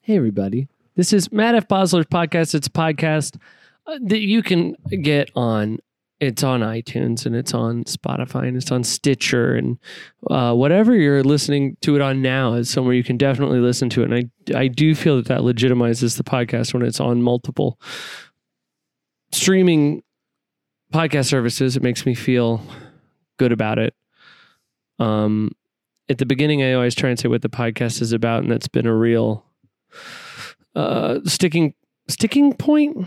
Hey, everybody. This is Matt F. Bosler's podcast. It's a podcast uh, that you can get on. It's on iTunes and it's on Spotify and it's on Stitcher and uh, whatever you're listening to it on now is somewhere you can definitely listen to it. And I, I do feel that that legitimizes the podcast when it's on multiple streaming podcast services. It makes me feel good about it. Um, at the beginning, I always try and say what the podcast is about, and that's been a real uh, sticking sticking point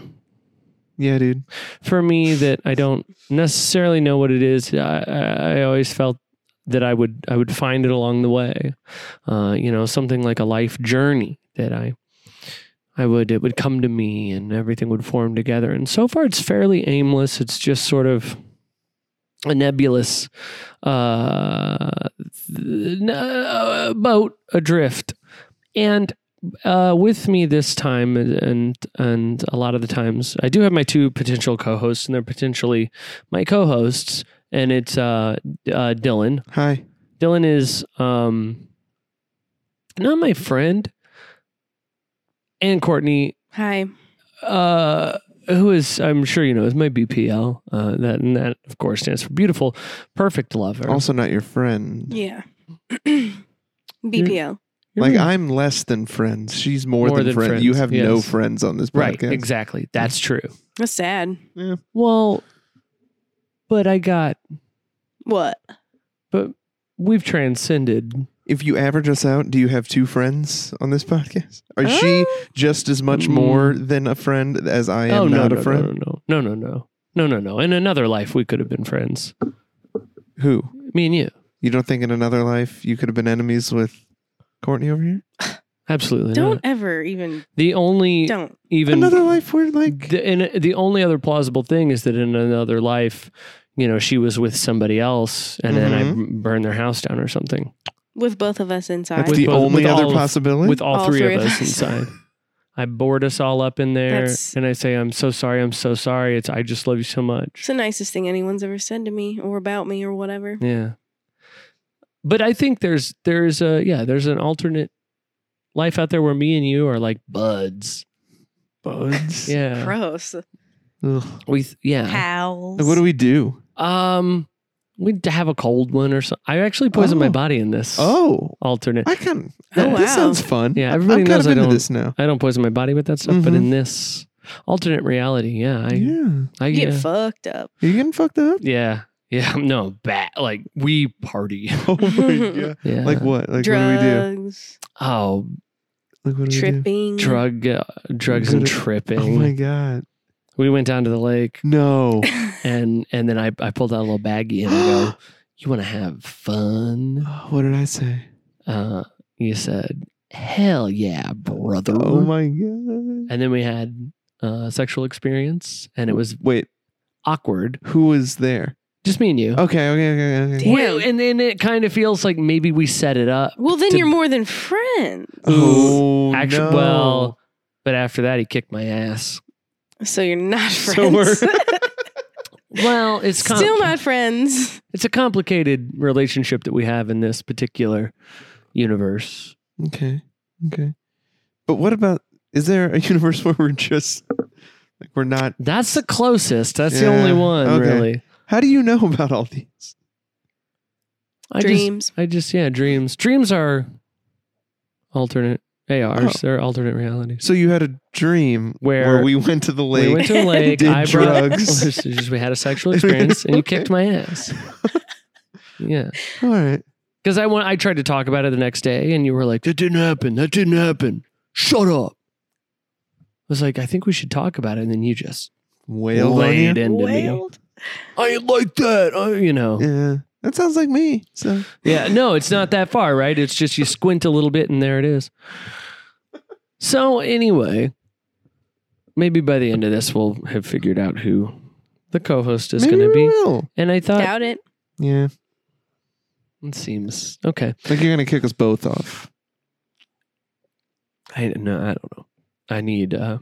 Yeah, dude. for me that I don't necessarily know what it is. I, I, I always felt that I would I would find it along the way, uh, you know, something like a life journey that I I would it would come to me and everything would form together. And so far, it's fairly aimless. It's just sort of a nebulous uh, th- n- uh, boat adrift, and uh, with me this time and, and and a lot of the times I do have my two potential co-hosts and they're potentially my co-hosts and it's uh, uh, Dylan. Hi. Dylan is um, not my friend and Courtney Hi. uh, who is I'm sure you know is my BPL uh, that and that of course stands for beautiful perfect lover. Also, not your friend. Yeah. BPL. You're Like my- I'm less than friends. She's more, than, friends. You have no yes. friends on this right podcast. exactly that's true. That's sad. Well, but I got What? but we've transcended. If you average us out, do you have two friends on this podcast? Is Uh, she just as much Mm. more than a friend as I am oh no, not no, a friend? no, no, no, no, no, no, no, no. In another life, we could have been friends. Who? Me and you, You don't think in another life you could have been enemies with Courtney over here? absolutely. Don't not. ever even the only don't. even another life we're like the, in, the only other plausible thing is that in another life, you know, she was with somebody else, and Mm-hmm. then I burned their house down or something With both of us inside. that's With the both- only with other all of- possibility. with all, three, of us inside. I board us all up in there, That's- and I say, "I'm so sorry, I'm so sorry. It's I just love you so much." it's the nicest thing anyone's ever said to me or about me or whatever. Yeah. But I think there's there's a yeah, there's an alternate life out there where me and you are like buds. Buds. Yeah. Gross. Ugh. We th- yeah. Pals. What do we do? Um we'd have a cold one or something. I actually poisoned my Oh. body in this Oh, alternate. I can. Oh, this wow. sounds fun. Yeah, everybody I'm kind knows of I into don't- this now. I don't poison my body with that stuff, but Mhm. in this alternate reality, yeah. I yeah, I You get yeah. fucked up. are you getting fucked up? yeah. Yeah, no, bad. Like we party. Oh my god! Yeah. Like what? Like what do we do? Drugs. oh, Like what do we do? Uh, Tripping. drug uh, drugs and Good- tripping. Oh my god! We went down to the lake. No. and and then I, I pulled out a little baggie and I go, "You want to have fun?" what did I say? Uh, you said, "Hell yeah, brother!" Oh my god! And then we had uh, sexual experience, and it was Wait, awkward, who was there? just me and you. Okay, okay, okay, okay. Damn. Well, and then it kind of feels like maybe we set it up. Well, then To- you're more than friends. Oh Actu- no! well, but after that, he kicked my ass. So you're not So we're- friends. Well, it's com- Still not friends. it's a complicated relationship that we have in this particular universe. okay, okay. But what about? Is there a universe where we're just like we're not? That's the closest. That's the Yeah, only one, okay. really. How do you know about all these? I just Dreams. I just yeah, dreams. Dreams are alternate ARs. Oh. They're alternate realities. So you had a dream Where- we went to the lake. We went to a lake. did I brought, drugs. It's just we had a sexual experience, and you kicked my ass. Yeah, all right. because I went. I tried to talk about it the next day, and you were like, "That didn't happen. That didn't happen. Shut up." I was like, "I think we should talk about it," and then you just Whale laid into me. I ain't like that. I, you know. Yeah, that sounds like me. So Yeah, no, it's not that far, right? It's just you squint a little bit and there it is. So, anyway, maybe by the end of this, we'll have figured out who the co host is maybe going to we be. will. And I thought, Doubt it. Yeah, it seems okay. like you're gonna kick us both off. I no, I don't know. I need, uh,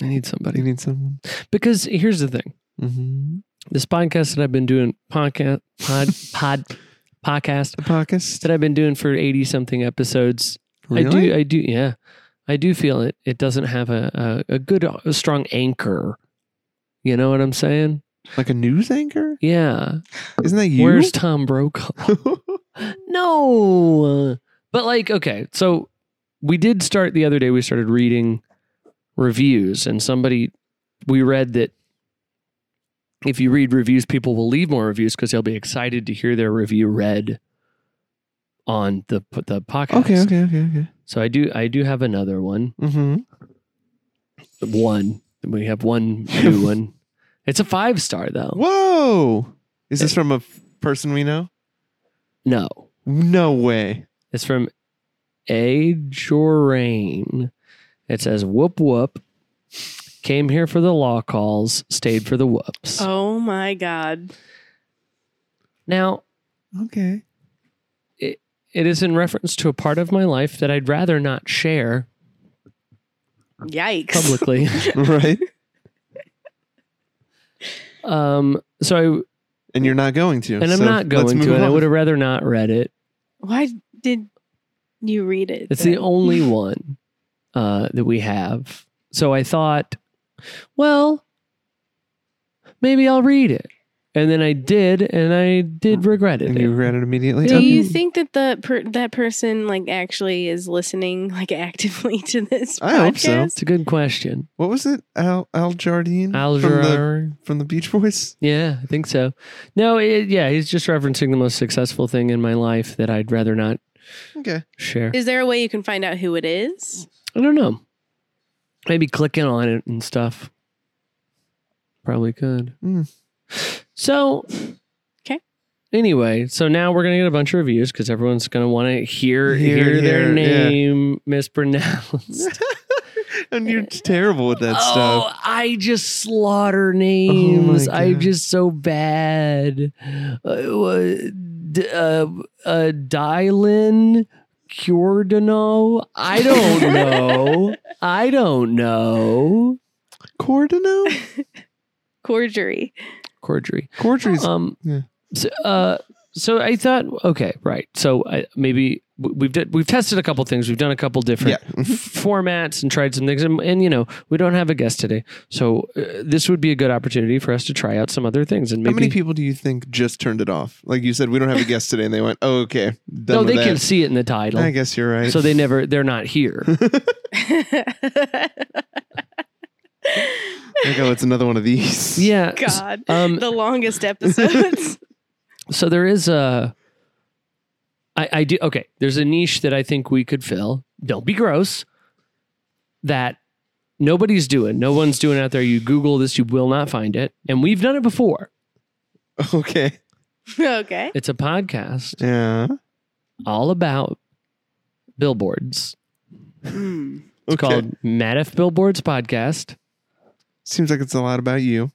I need You somebody need someone. because here's the thing: Mm-hmm. this podcast that I've been doing, podcast, pod, pod, podcast The podcast. that I've been doing for eighty something episodes. I do, I do, yeah. I do feel it. It doesn't have a a, a good, a strong anchor. You know what I'm saying? Like a news anchor? Yeah. Isn't that you? Where's Tom Brokaw? no. But like, okay, so we did start the other day. We started reading reviews, and somebody we read that if you read reviews, people will leave more reviews because they'll be excited to hear their review read on the the podcast. okay, okay, okay, okay. So I do I do have another one. Mm-hmm. One. We have one new one. It's a five star though. Whoa! Is this from a f- person we know? No. No way. It's from A. Jorain. It says, Whoop whoop. Came here for the law calls, stayed for the whoops. Oh my God. Now, Okay. it is in reference to a part of my life that I'd rather not share Yikes. publicly. right? um, so And you're not going to. I, and I'm so let's not going to, move and I on. would have rather not read it. Why did you read it? It's the then? only one uh, that we have. So I thought, well, maybe I'll read it. And then I did, and I did regret it. And you read it immediately? Yeah. Do you Okay. think that the per- that person like actually is listening like actively to this I hope so. podcast? It's a good question. What was it? Al Al Jardine? Al from the, Jarrar? from the Beach Boys? Yeah, I think so. No, it, yeah, he's just referencing the most successful thing in my life that I'd rather not Okay. share. Is there a way you can find out who it is? I don't know. Maybe clicking on it and stuff. Probably could. Hmm. So, 'Kay. Anyway, so now we're gonna get a bunch of reviews because everyone's gonna want to hear, Hear- hear hear, their yeah. name mispronounced. and you're terrible with that oh, stuff. I just slaughter names. God. I'm just so bad. Uh, uh, d- uh, uh, Dylan Cordano. I don't know. I don't know. Oh. Cordino? Cordery. Cordry. Cordry's Um. Yeah. So, uh, so I thought, okay, right. So I, maybe w- we've did, we've tested a couple things. We've done a couple different Yeah. Mm-hmm. formats and tried some things. And, and, you know, we don't have a guest today, so uh, this would be a good opportunity for us to try out some other things. And maybe How many people do you think just turned it off? Like you said, we don't have a guest today, and they went, "Oh, okay, done no, with they that." can see it in the title, I guess you're right. so they never they're not here. Like, oh, it's another one of these. yeah. s- God. Um. the longest episodes. So there is a. I, I do okay. There's a niche that I think we could fill. Don't be gross. That nobody's doing. No one's doing out there. You Google this, you will not find it. And we've done it before. Okay. okay. It's a podcast Yeah. all about billboards. Mm. It's Okay. called Madif Billboards Podcast. Seems like it's a lot about you.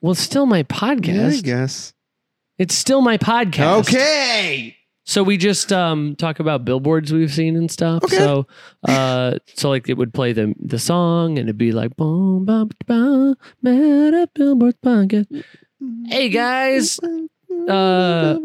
Well, it's still my Yeah, I podcast. guess. it's still my podcast. Okay. So we just um, talk about billboards we've seen and stuff. Okay. So, uh, so like it would play the the song and it'd be like boom, bum, bum, mad at billboards podcast. Hey guys. Uh, Uh,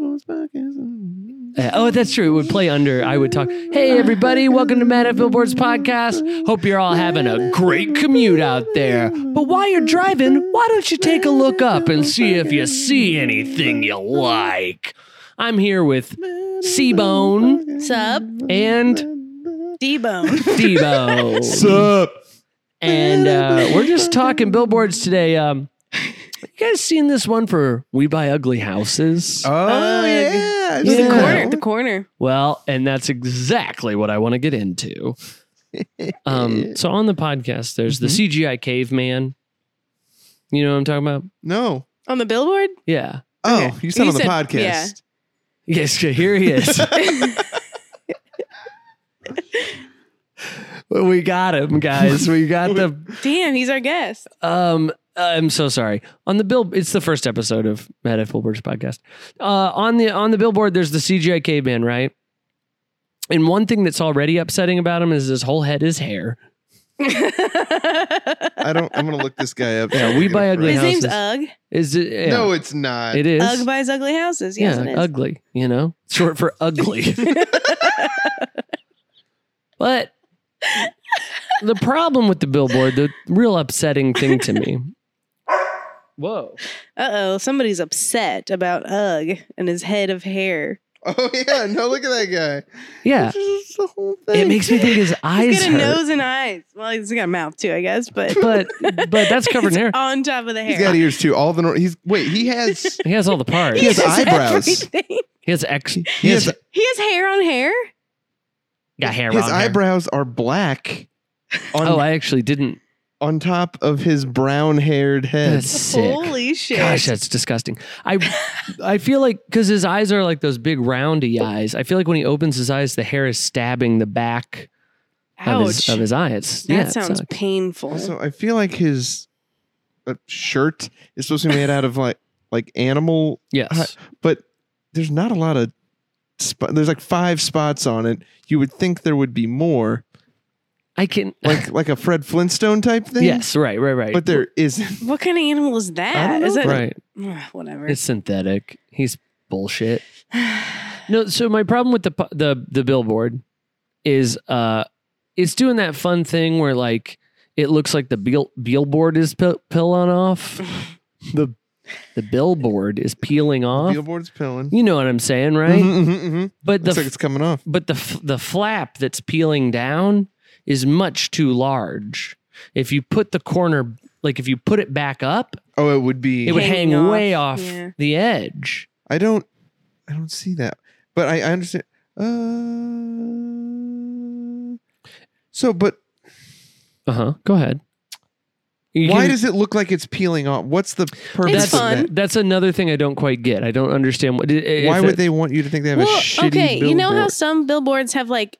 oh, that's true. It would play under. I would talk. Hey everybody, welcome to Mad at Billboards podcast. Hope you're all having a great commute out there. But while you're driving, why don't you take a look up and see if you see anything you like? I'm here with C-Bone. Sup? and D Bone. Debo. Sup. And uh, we're just talking billboards today. Um, you guys seen this one for We Buy Ugly Houses? Oh Ugh. yeah. It's The Yeah. corner. The corner. Well, and that's exactly what I want to get into. Um, so on the podcast, there's the CGI caveman. You know what I'm talking about? No. On the billboard? Yeah. Oh, Okay. you said You on the said- podcast. yeah. Yes, here he is. we got him, guys. We got the Damn, he's our guest. Um, I'm so sorry. On the bill, it's the first episode of Matt F. Fulbert's podcast. Uh, on the on the billboard, there's the CGI caveman, right? And one thing that's already upsetting about him is his whole head is hair. I don't. I'm gonna look this guy up. Yeah, we buy ugly His Houses. name's Ugg. Is it? yeah, No, uh, it's not. it is. Ugg buys ugly houses. Yes, yeah, it is. ugly. You know, short for ugly. but the problem with the billboard, the real upsetting thing to me. Whoa. Uh oh, somebody's upset about Ugg and his head of hair. Oh yeah, no, look at that guy. Yeah. This is the whole thing. It makes me think his eyes He's got a hurt. nose and eyes. Well, he's got a mouth too, I guess, but But but that's covered in hair. on top of the hair. He's got ears too. All the nor- he's wait. He has He has all the parts. He has eyebrows. everything. He has ex. He, he has, has He has hair on hair. got hair his on hair. eyebrows are black on Oh, I actually didn't. on top of his brown haired head. That's sick. Holy shit! Gosh, that's disgusting. I I feel like because his eyes are like those big roundy eyes. I feel like when he opens his eyes, the hair is stabbing the back of his, Ouch. of his eyes. that yeah, it sounds sucks. painful. Also, I feel like his uh, shirt is supposed to be made out of like like animal, yes. but there's not a lot of. Sp- there's like five spots on it. You would think there would be more, I can. like like a Fred Flintstone type thing. Yes. Right. Right. Right. but there isn't. what kind of animal is that? I don't know. Is that right. Ugh, whatever? It's synthetic. He's bullshit. No, so my problem with the pu- the the billboard is uh it's doing that fun thing where like it looks like the bill- billboard is pe- peeling off. the the billboard is peeling off. Billboard's pilling. You know what I'm saying, right? Mhm, mhm, mhm. But the Looks like f- it's coming off. but the f- the flap that's peeling down is much too large. If you put the corner like if you put it back up, Oh, it would be. it would hang Hanging off, way off yeah. the edge. I don't. I don't see that, but I, I understand. Uh, so, but Uh-huh. Go ahead. You why can- does it look like it's peeling off? What's the purpose That's of fun. that? That's another thing I don't quite get. I don't understand what. Why would they want you to think they have a well, shitty okay. billboard? You know how some billboards have like,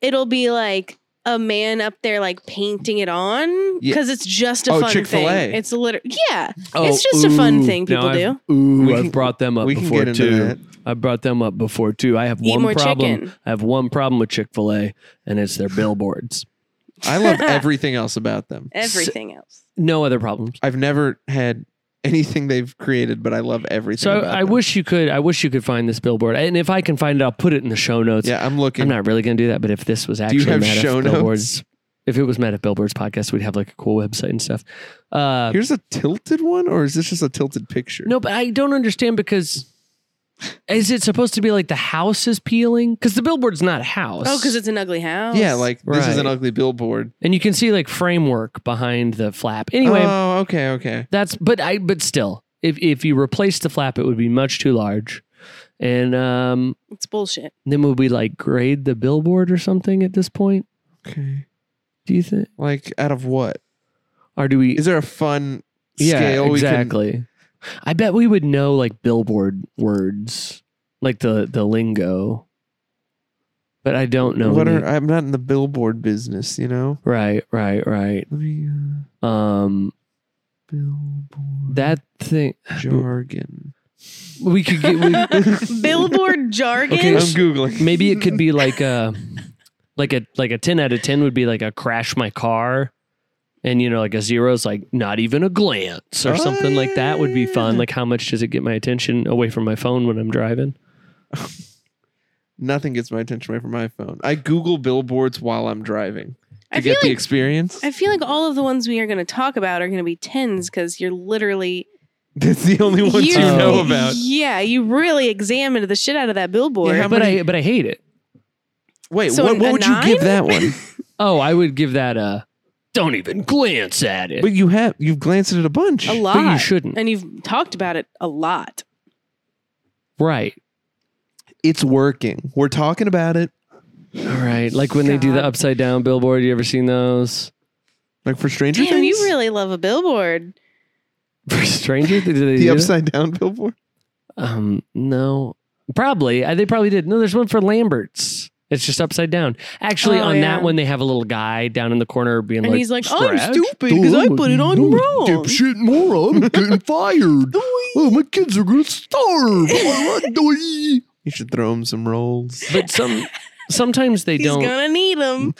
it'll be like a man up there like painting it on Yeah. because it's just a Oh, fun Chick-fil-A. thing. It's literally yeah. it's just a fun thing people oh, I've, do. Ooh, We I've can- brought them up we can before get into too. that. I brought them up before too. I have Eat one more problem. chicken. I have one problem with Chick Fil A, and it's their billboards. I love everything else about them. Everything else. No other problems. I've never had anything they've created, but I love everything. So about I, I them. wish you could. I wish you could find this billboard, and if I can find it, I'll put it in the show notes. Yeah, I'm looking. I'm not really going to do that, but if this was you actually have Matt F. show notes? Billboards, if it was Matt F. Billboards podcast, we'd have like a cool website and stuff. Uh, Here's a tilted one, or is this just a tilted picture? No, but I don't understand because is it supposed to be like the house is peeling? Because the billboard's not a house. Oh, because it's an ugly house. Yeah, like this is an Right. ugly billboard. and you can see like framework behind the flap. Anyway, Oh, okay, okay. that's but I but still, if if you replace the flap, it would be much too large, and um, it's bullshit. then would we like grade the billboard or something at this point? Okay. Do you think, Like out of what? or do we? Is there a fun yeah, scale we can- exactly. I bet we would know like billboard words, like the the lingo. But I don't know. what any. are I'm not in the billboard business, you know? Right, right, right. Let me uh, Um, billboard that thing jargon. we could get. We, Billboard jargon. Okay, I'm s- googling. maybe it could be like a, like a like a ten out of ten would be like a crash my car, and you know like a zero is like not even a glance or Oh, something like that would be fun. yeah. Like how much does it get my attention away from my phone when I'm driving? Nothing gets my attention away from my phone. I Google billboards while I'm driving to I feel get the like experience. I feel like all of the ones we are going to talk about are going to be tens because you're literally That's the only ones you Years. know about. Yeah, you really examined the shit out of that billboard. Yeah, How But many- I but I hate it. Wait, So what, an- what a would nine? you give that one? Oh, I would give that a don't even glance at it. but you have you've glanced at it a bunch. a lot. But you shouldn't. And you've talked about it a lot. Right. It's working. We're talking about it. All right. Like when they do the God. upside down billboard. You ever seen those? Like for Stranger Damn, Things. you really love a billboard. For stranger, did they the do that? upside down billboard. Um, no, probably I, they probably did. No, there's one for Lambert's. It's just upside down. Actually, Oh, on yeah. that one, they have a little guy down in the corner being And like, he's like, I'm "Scratch stupid because I put it on the wrong. Dipshit moron, I'm getting fired. Oh, my kids are gonna starve. Oh, I die." You should throw him some rolls. but some sometimes they He's don't. gonna need them.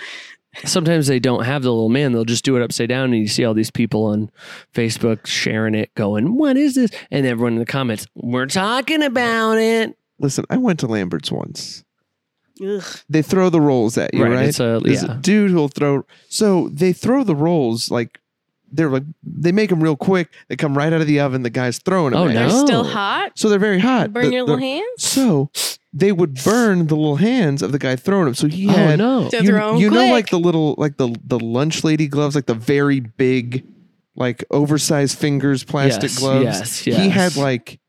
sometimes they don't have the little man. They'll just do it upside down, and you see all these people on Facebook sharing it, going, "What is this?" And everyone in the comments, "We're talking about it." Listen, I went to Lambert's once. Ugh. they throw the rolls at you, right? It's a There's yeah. a dude who'll throw. So they throw the rolls like they're like they make them real quick. They come right out of the oven. The guy's throwing them. Oh, at no. you. They're Oh. still hot. So they're very hot. Burn The- your the- little hands. So they would burn the little hands of the guy throwing them. So he Oh had no. So- you, Throw 'em you know quick. like the little like the the lunch lady gloves, like the very big, like oversized fingers plastic yes, gloves. Yes, He yes. had like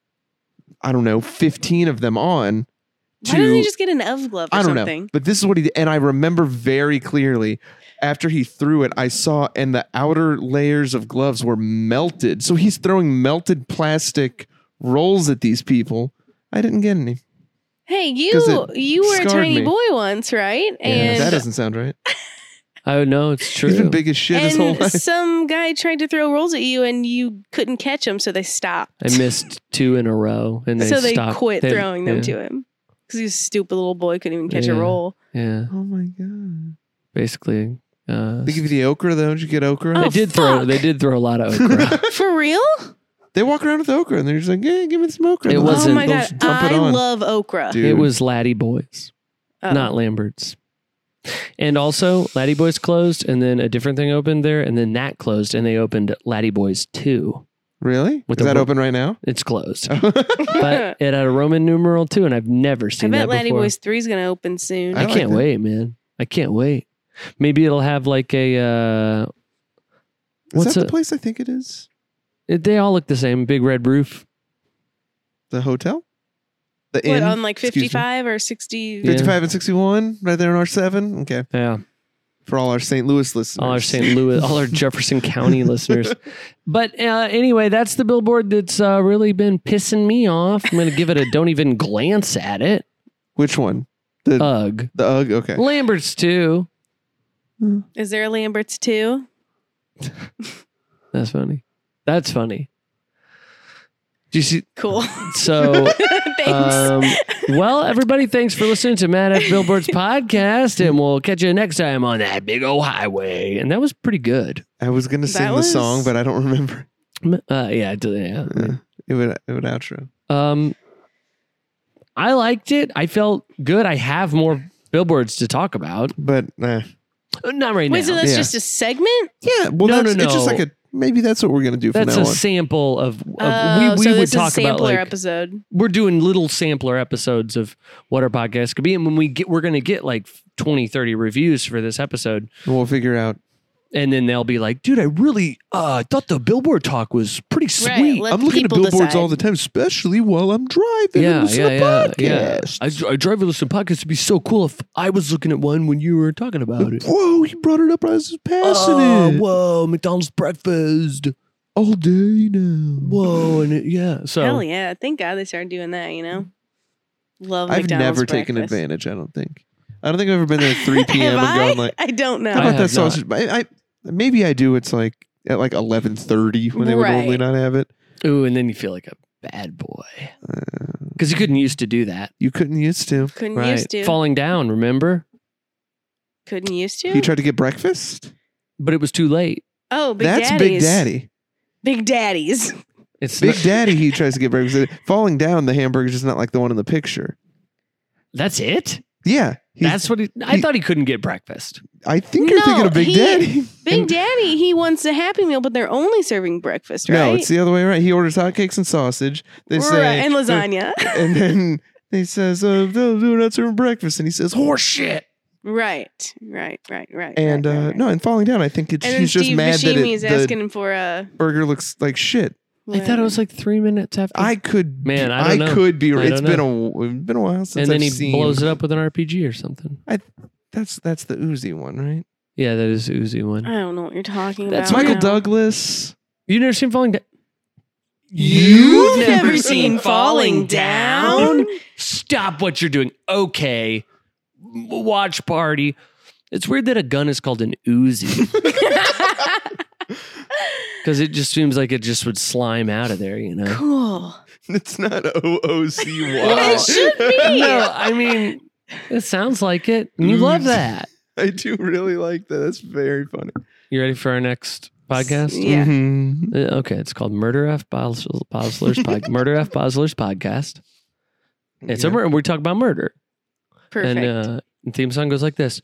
I don't know, fifteen of them on. Why doesn't to- he just get an of glove or I don't something? know. But this is what he did. And I remember very clearly after he threw it, I saw, and the outer layers of gloves were melted. So he's throwing melted plastic rolls at these people. I didn't get any. Hey, 'Cause you it you were a scarred tiny me. boy once, right? And that doesn't sound right. Oh no, it's true. He's been big as shit his whole and life. some guy tried to throw rolls at you and you couldn't catch him, so they stopped. I missed two in a row, and they so they stopped. quit They- throwing them yeah, to him because he was a stupid little boy, couldn't even catch Yeah. a roll. Yeah, Oh my god! basically. Uh, They give you the okra though. Did you get okra? they Oh, did throw. fuck. They did throw a lot of okra. For real? They walk around with okra and they're just like, "Yeah, give me some okra." It They'll- wasn't- oh my they'll god, just dump it I on. love okra. Dude. It was Laddie Boys, Oh. not Lambert's. And also, Laddie Boys closed, and then a different thing opened there, and then that closed, and they opened Laddie Boys Two. really? With Is the that wo- open right now? It's closed, but it had a Roman numeral two, and I've never I seen bet that Laddie before. Boys 3 is going to open soon. I, I like can't that. wait, man. I can't wait. Maybe it'll have like a. Uh, Is What's that a- the place I think it is? it- they all look the same. Big red roof. The hotel? The what, inn? on like Excuse me. 55 or 60? Yeah. 55 and 61, right there on our 7. Okay. Yeah, For all our St. Louis listeners. all our St. Louis, all our Jefferson County listeners. But uh, anyway, that's the billboard that's uh, really been pissing me off. I'm gonna give it a don't even glance at it. Which one? The Ugh. the UGG? Okay. Lambert's too. Is there a Lambert's too? That's funny. That's funny. Do you see? Cool. So. Thanks. Um, well, everybody, thanks for listening to Mad at Billboard's podcast, and we'll catch you next time on that big old highway. And that was pretty good. I was going to That sing the song, was- but I don't remember. Uh, yeah, I do- yeah. Uh, it would it would outro. Um, I liked it. I felt good. I have more billboards to talk about. But uh, Uh, Not right Wait, now. so that's Yeah. just a segment? yeah, well, No, no, no, it's- It's just no. like a maybe that's what we're going to do from that's now a on. sample of, of Uh, Oh, we, we so would this talk is a about sampler like episode. we're doing little sampler episodes of what our podcast could be and when we get we're going to get like 20 30 reviews for this episode And we'll figure out. and then they'll be like, "Dude, I really uh, thought the Billboard talk was pretty sweet." Right. Let I'm looking at people billboards decide. all the time, especially while I'm driving. Yeah, and listen yeah, to yeah, yeah. podcasts. I, I drive and listen to podcasts. It'd be so cool if I was looking at one when you were talking about it. Whoa, he brought it up as passing Oh, Uh, it whoa, McDonald's breakfast. all day now. Whoa, and it, yeah. So Hell yeah. Thank God they started doing that, you know? Love I've McDonald's never taken breakfast. advantage. I don't think. I don't think I've ever been there at 3 p.m. Have and I? gone like, I don't know. how I about that have not. sausage? I, I maybe I do. It's like at like 11:30 when they would Right. normally not have it. ooh, and then you feel like a bad boy Uh, because you couldn't used to do that. you couldn't used to. Couldn't Right, used to. falling down. Remember, Couldn't used to. You tried to get breakfast. but it was too late. oh, Big That's Daddies. Big Daddy. Big Daddies. It's Big not- Daddy. He tries to get breakfast. Uh, Falling down. The hamburger's just not like the one in the picture. that's it. Yeah, he's- That's what he, I he- thought. He couldn't get breakfast. I think you're thinking No, of Big he- Daddy. And- Big Daddy, he wants a Happy Meal, but they're only serving breakfast, right? No, it's the other way around. He orders hotcakes and sausage. They Right, say and lasagna. and then he says, "Oh, no, no, not serving breakfast." And he says, "Horse shit." right, right, right, right. And right, uh, right, no, right. and falling down. I think it's, and then he's just Steve mad that Buscemi it, is the asking him for a. burger looks like shit. I thought it was like three minutes after. I could, Man, I don't know. could be. I It's don't been a it's been a while since and then I've he seen. blows it up with an RPG or something. That's that's the Uzi one, right? Yeah, that is the Uzi one. I don't know what you're talking That's about. Michael now. Douglas. You never seen Falling Down? You've You've never seen Falling Down? Stop what you're doing. Okay, watch party. It's weird that a gun is called an Uzi because it just seems like it just would slime out of there, you know. cool. It's not O O C Y. It should be. No, I mean, it sounds like it. And you love Mm. Uzi. that. I do really like that. That's very funny. You ready for our next podcast? Yeah. Mhm. Uh, Okay, it's called Murder F Bos- Bosler's Pod- Murder F Bosler's podcast. It's Yeah. a murder. We talk about murder. Perfect. And uh, the theme song goes like this.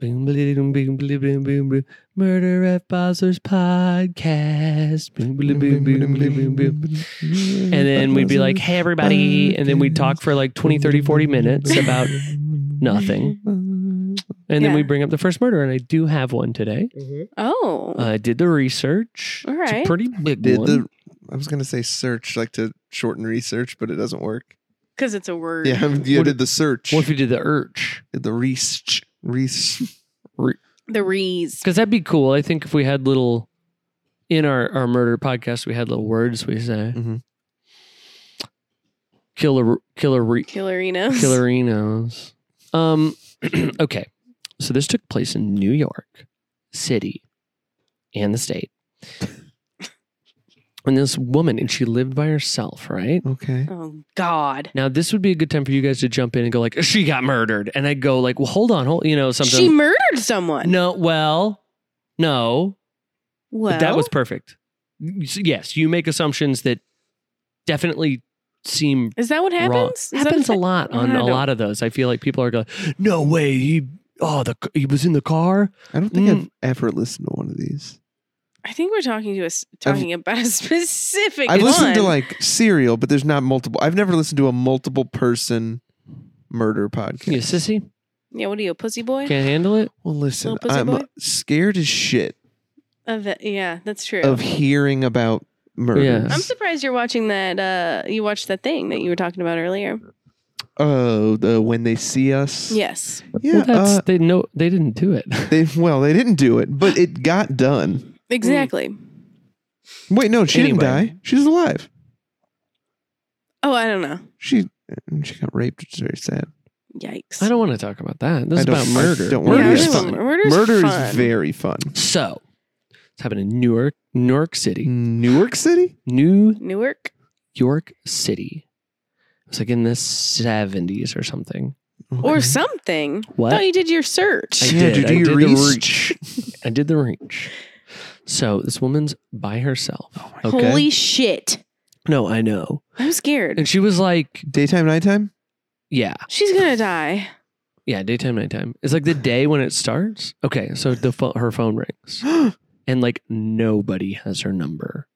Boom, blee, doom, boom, blee, boom, boom, boom. Murder at Bowser's podcast. Mm-hmm. Boom, blee, boom, boom, blee, boom, boom. And then we'd be like, hey, everybody. And then we'd talk for like 20, 30, 40 minutes about, nothing. and then Yeah. we bring up the first murder. And I do have one today. oh, I did the research. All It's a right. pretty big Did one. the I was gonna say search like to shorten research, but it doesn't work. because it's a word. Yeah, you What- did the search, what if you did the urge? did the research, research. The rees. Because that'd be cool. I think if we had little, in our, our murder podcast, we had little words we say. Mhm. Killer, killer, re- Killerinos. Killerinos. Um, okay. So this took place in New York City and the state. And this woman, and she lived by herself, right? Okay. Oh God. Now this would be a good time for you guys to jump in and go like, she got murdered, and I'd go like, well, hold on, hold, you know, something. She murdered someone. no, well, no, Well, but that was perfect. Yes, you make assumptions that definitely seem Is that what wrong. happens? Is that happens a fa- lot on I a don't- lot of those. I feel like people are going, "No way, he oh the he was in the car." I don't think Mm. I've ever listened to one of these. I think we're talking to us talking about a specific. I've listened to one. like Serial, but there's not multiple. I've never listened to a multiple person murder You podcast. sissy, Yeah, what are you, a pussy boy? can't handle it. Well, listen, Little Pussy I'm uh, Boy? scared as shit Of it- yeah, that's true. of hearing about Yeah. I'm murders. surprised you're watching that. Uh, you watched that thing that you were talking about earlier. Oh, the when they see us. Yes, yeah. well, that's uh, they know they didn't do it. they well, they didn't do it, but it got done. exactly. Hmm. Wait, no, she Anyway. didn't die. She's alive. Oh, I don't know. She she got raped, which is very sad. Yikes. I don't want to talk about that. This I is don't- about I murder. don't- Yeah, murder I is don't know. fun. Murder's murder fun. is very fun. So it's happening in Newark, Newark Mm. City, Newark City. New Newark. York City. It was like in the seventies or something. Or Okay. something. What? No, you did your search. I Yeah, did. did I you did the research? I did the reach. So this woman's by herself. Okay. Holy shit. Oh No, I know. I'm scared. And she was like, Daytime, nighttime. yeah. She's gonna die. Yeah, daytime, nighttime. It's like the day when it starts. Okay, so the pho- her phone rings, Why? and like nobody has her number.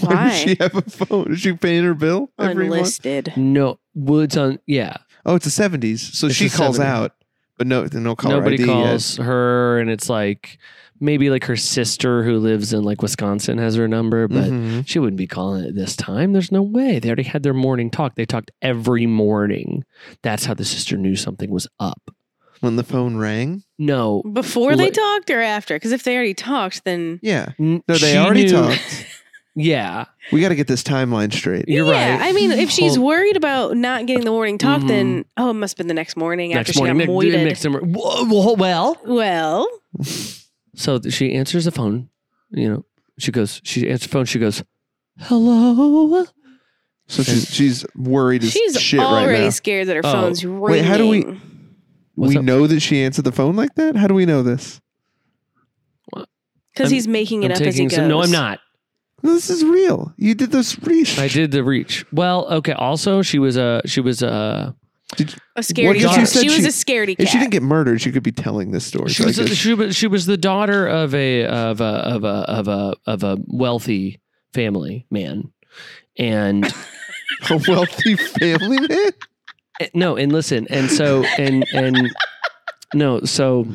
Why? does she have a phone? Is she paying her bill every month? Unlisted. No, well, it's on. Yeah, Oh, it's the seventies, so It's she the calls 70s. out, but no, no caller nobody ID yet. calls her, and it's like maybe like her sister who lives in like Wisconsin has her number, but Mhm. she wouldn't be calling it this time. There's no way. They already had their morning talk. They talked every morning. That's how the sister knew something was up. When the phone rang, No, Before they Like- talked or after? Because if they already talked, then yeah, no, no, they already talked. Yeah, We got to get this timeline straight. you're yeah, right. I mean, if Hold- she's Mm-hmm. worried about not getting the morning talk, then oh, it must have been the next morning after next she morning, next, got moited. next number. Well, well, well, So th- she answers the phone. You know, she goes, she answers the phone. She goes, hello. So she's she's worried as she's shit right already now. scared that her Oh. phone's ringing. Wait, how do we- What's we up? know that she answered the phone like that. How do we know this? Because I'm- he's making it I'm up as he taking goes. some- no, I'm not. This is real. You did this research. I did the reach. Well, okay. Also, she was a, she was a, A What scaredy if you cat. said She was she- a scaredy cat. If she didn't get murdered, she could be telling this story. she So I was, a, guess- she was, she was the daughter of a, of a, of a, of a, of a wealthy family man. And a wealthy family man. Eh, no and listen and so and and no so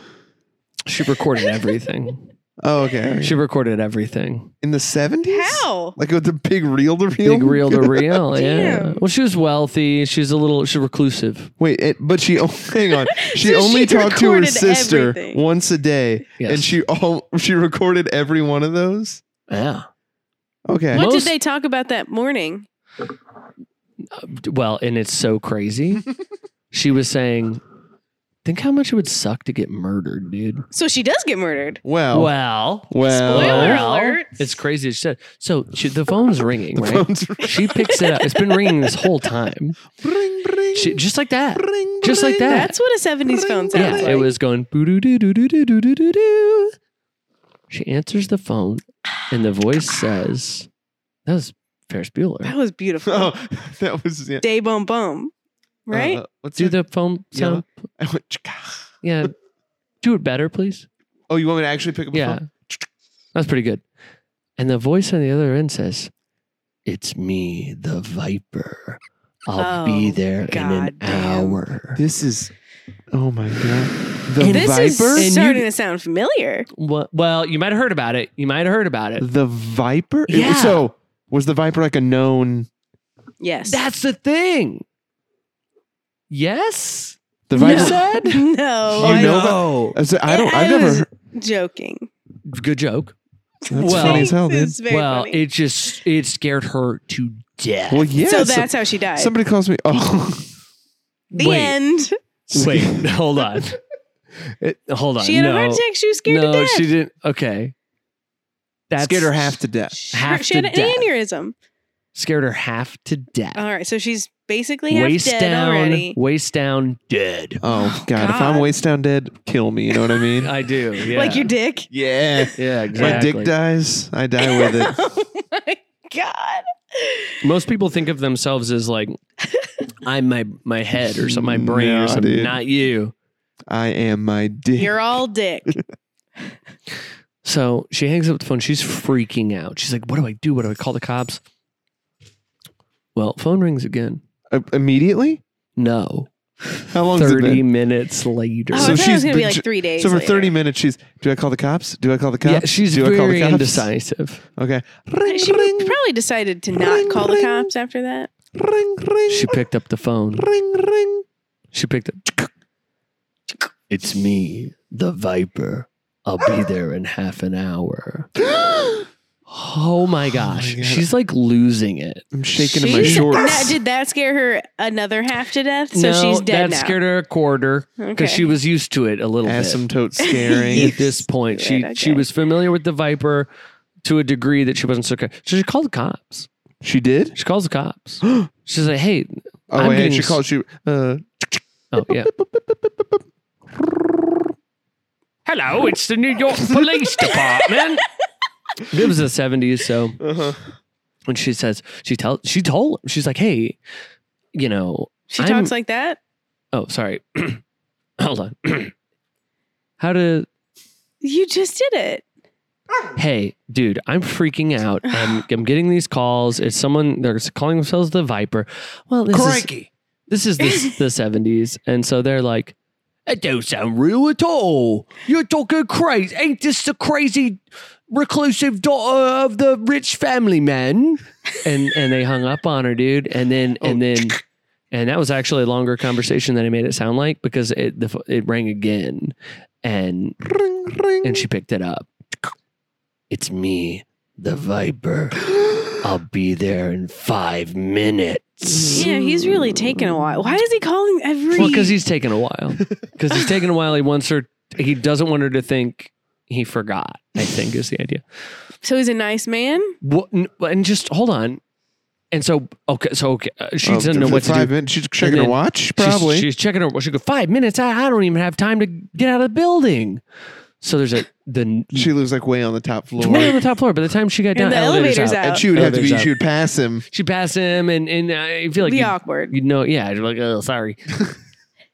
she recorded everything Oh, okay. okay. she recorded everything In the seventies? how? Like with the big reel to reel? big reel to reel yeah Damn. well she was wealthy she was a little she was reclusive Wait, it, but she o- hang on. She So only she talked to her recorded sister everything. once a day, Yes. and she all she recorded every one of those. yeah Okay. What Most- did they talk about that morning? well and it's so crazy she was saying think how much it would suck to get murdered dude So she does get murdered. Well, well, well Spoiler well, alert. it's crazy as shit so she, the phone's ringing the right phone's she picks it up it's been ringing this whole time ring, ring, she, just like that ring, just like ring. that. That's what a 70s phone Yeah, Yeah, sounds it like. was going boo doo doo doo doo doo doo doo doo doo. She answers the phone, and the voice says, "That was Ferris That Bueller." was beautiful. Oh, that was yeah. Day bum bum. right? Oh. Uh, what's Do that? the foam sound. I went, "Chka." Yeah. Do it better, please. Oh, you want me to actually pick up a Yeah. phone? That's pretty good. And the voice on the other end says, It's me, the Viper. I'll Oh, be there in an God damn. hour. This is oh my god. The And this Viper? And you- is starting to sound familiar. Wha- Well, you might have heard about it. You might have heard about it. the Viper? It- Yeah. So was the Viper like a known Yes. That's the thing. Yes? the You Viper? said? no, You I know was know. I, said, I don't I I've never was- heard joking. Good joke. that's Well- funny as hell, dude. It's very well, funny. it just, it scared her to death. Well yeah. so so- that's how she died. somebody calls me oh the Wait. end. Wait, hold on. It- hold on. She had no. a heart attack. She was scared no, to death. she didn't. Okay. That's scared her half to death. She- half she to had an death. aneurysm. Scared her half to death. All right, so she's basically Uh, half waist dead down, already. waist down, dead. Oh god, if I'm God. waist down dead, kill me. You know what I mean? I do. Yeah. Like your dick. yeah. yeah, My exactly. dick dies, I die with it. oh my god. Most people think of themselves as like, I'm my my head or some my brain Nah, or something. dude. Not you. I am my dick. You're all dick. So she hangs up the phone. She's freaking out. She's like, "What do I do? What do I call the cops?" Well, phone rings again. Uh, immediately? No, How long has it thirty been? minutes later. Oh, So I thought it she's was gonna been- be like three days. So for later. 30 minutes, she's, do I call the cops? Do I call the cops? yeah, she's do I call the very cops? indecisive. Okay. Ring, She ring, probably decided to Ring, not call the ring. cops after that. ring, ring, She picked up the phone. ring, ring. She picked up. It's me, the Viper. I'll be there in half an hour. Oh my Oh my gosh. God. She's like losing it. I'm shaking in my She's- shorts. Now, did that scare her another half to death? So she's That dead now. scared her a quarter okay. because she was used to it a little bit. Asymptote scaring. At this point, she Right, she okay. was familiar with the Viper to a degree that she wasn't so. Scared. So she called the cops. she did? She calls the cops. oh, She's like, "Hey, I'm wait, getting she s- called. She, uh, oh yeah." Hello, it's the New York Police Department. it was the 70s, so uh-huh. when she says she tell she told him she's like hey you know She I'm- talks like that. oh sorry hold on how to You just did it. hey dude i'm freaking out I'm, I'm getting these calls it's someone they're calling themselves the viper well this is this is the, the 70s and so they're like it don't sound real at all you're talking crazy ain't this the crazy reclusive daughter of the rich family man and and they hung up on her dude and then and then and that was actually a longer conversation than it made it sound like because it the, ph- it rang again and Ring, ring. and she picked it up it's me the viper Oh, i'll be there in five minutes Yeah, he's really taking a while. Why is he calling every? well because he's taking a while because he's taking a while he wants her he doesn't want her to think he forgot i think is the idea so he's a nice man. what, and just hold on and so okay so okay uh, she Oh, doesn't know for what to do five Minutes. She's checking her then watch, She's- probably. She's, checking her. Well, she go five minutes. I, I don't even have time to get out of the building. So there's a the she lives like way on the top it's way on floor. the top floor. By the time she got And down, the elevator's out. out. And she would have to be, Elevator's up. she would pass him. She passed him, and and I feel like Be you- awkward. you, know, yeah. You're like, oh, sorry.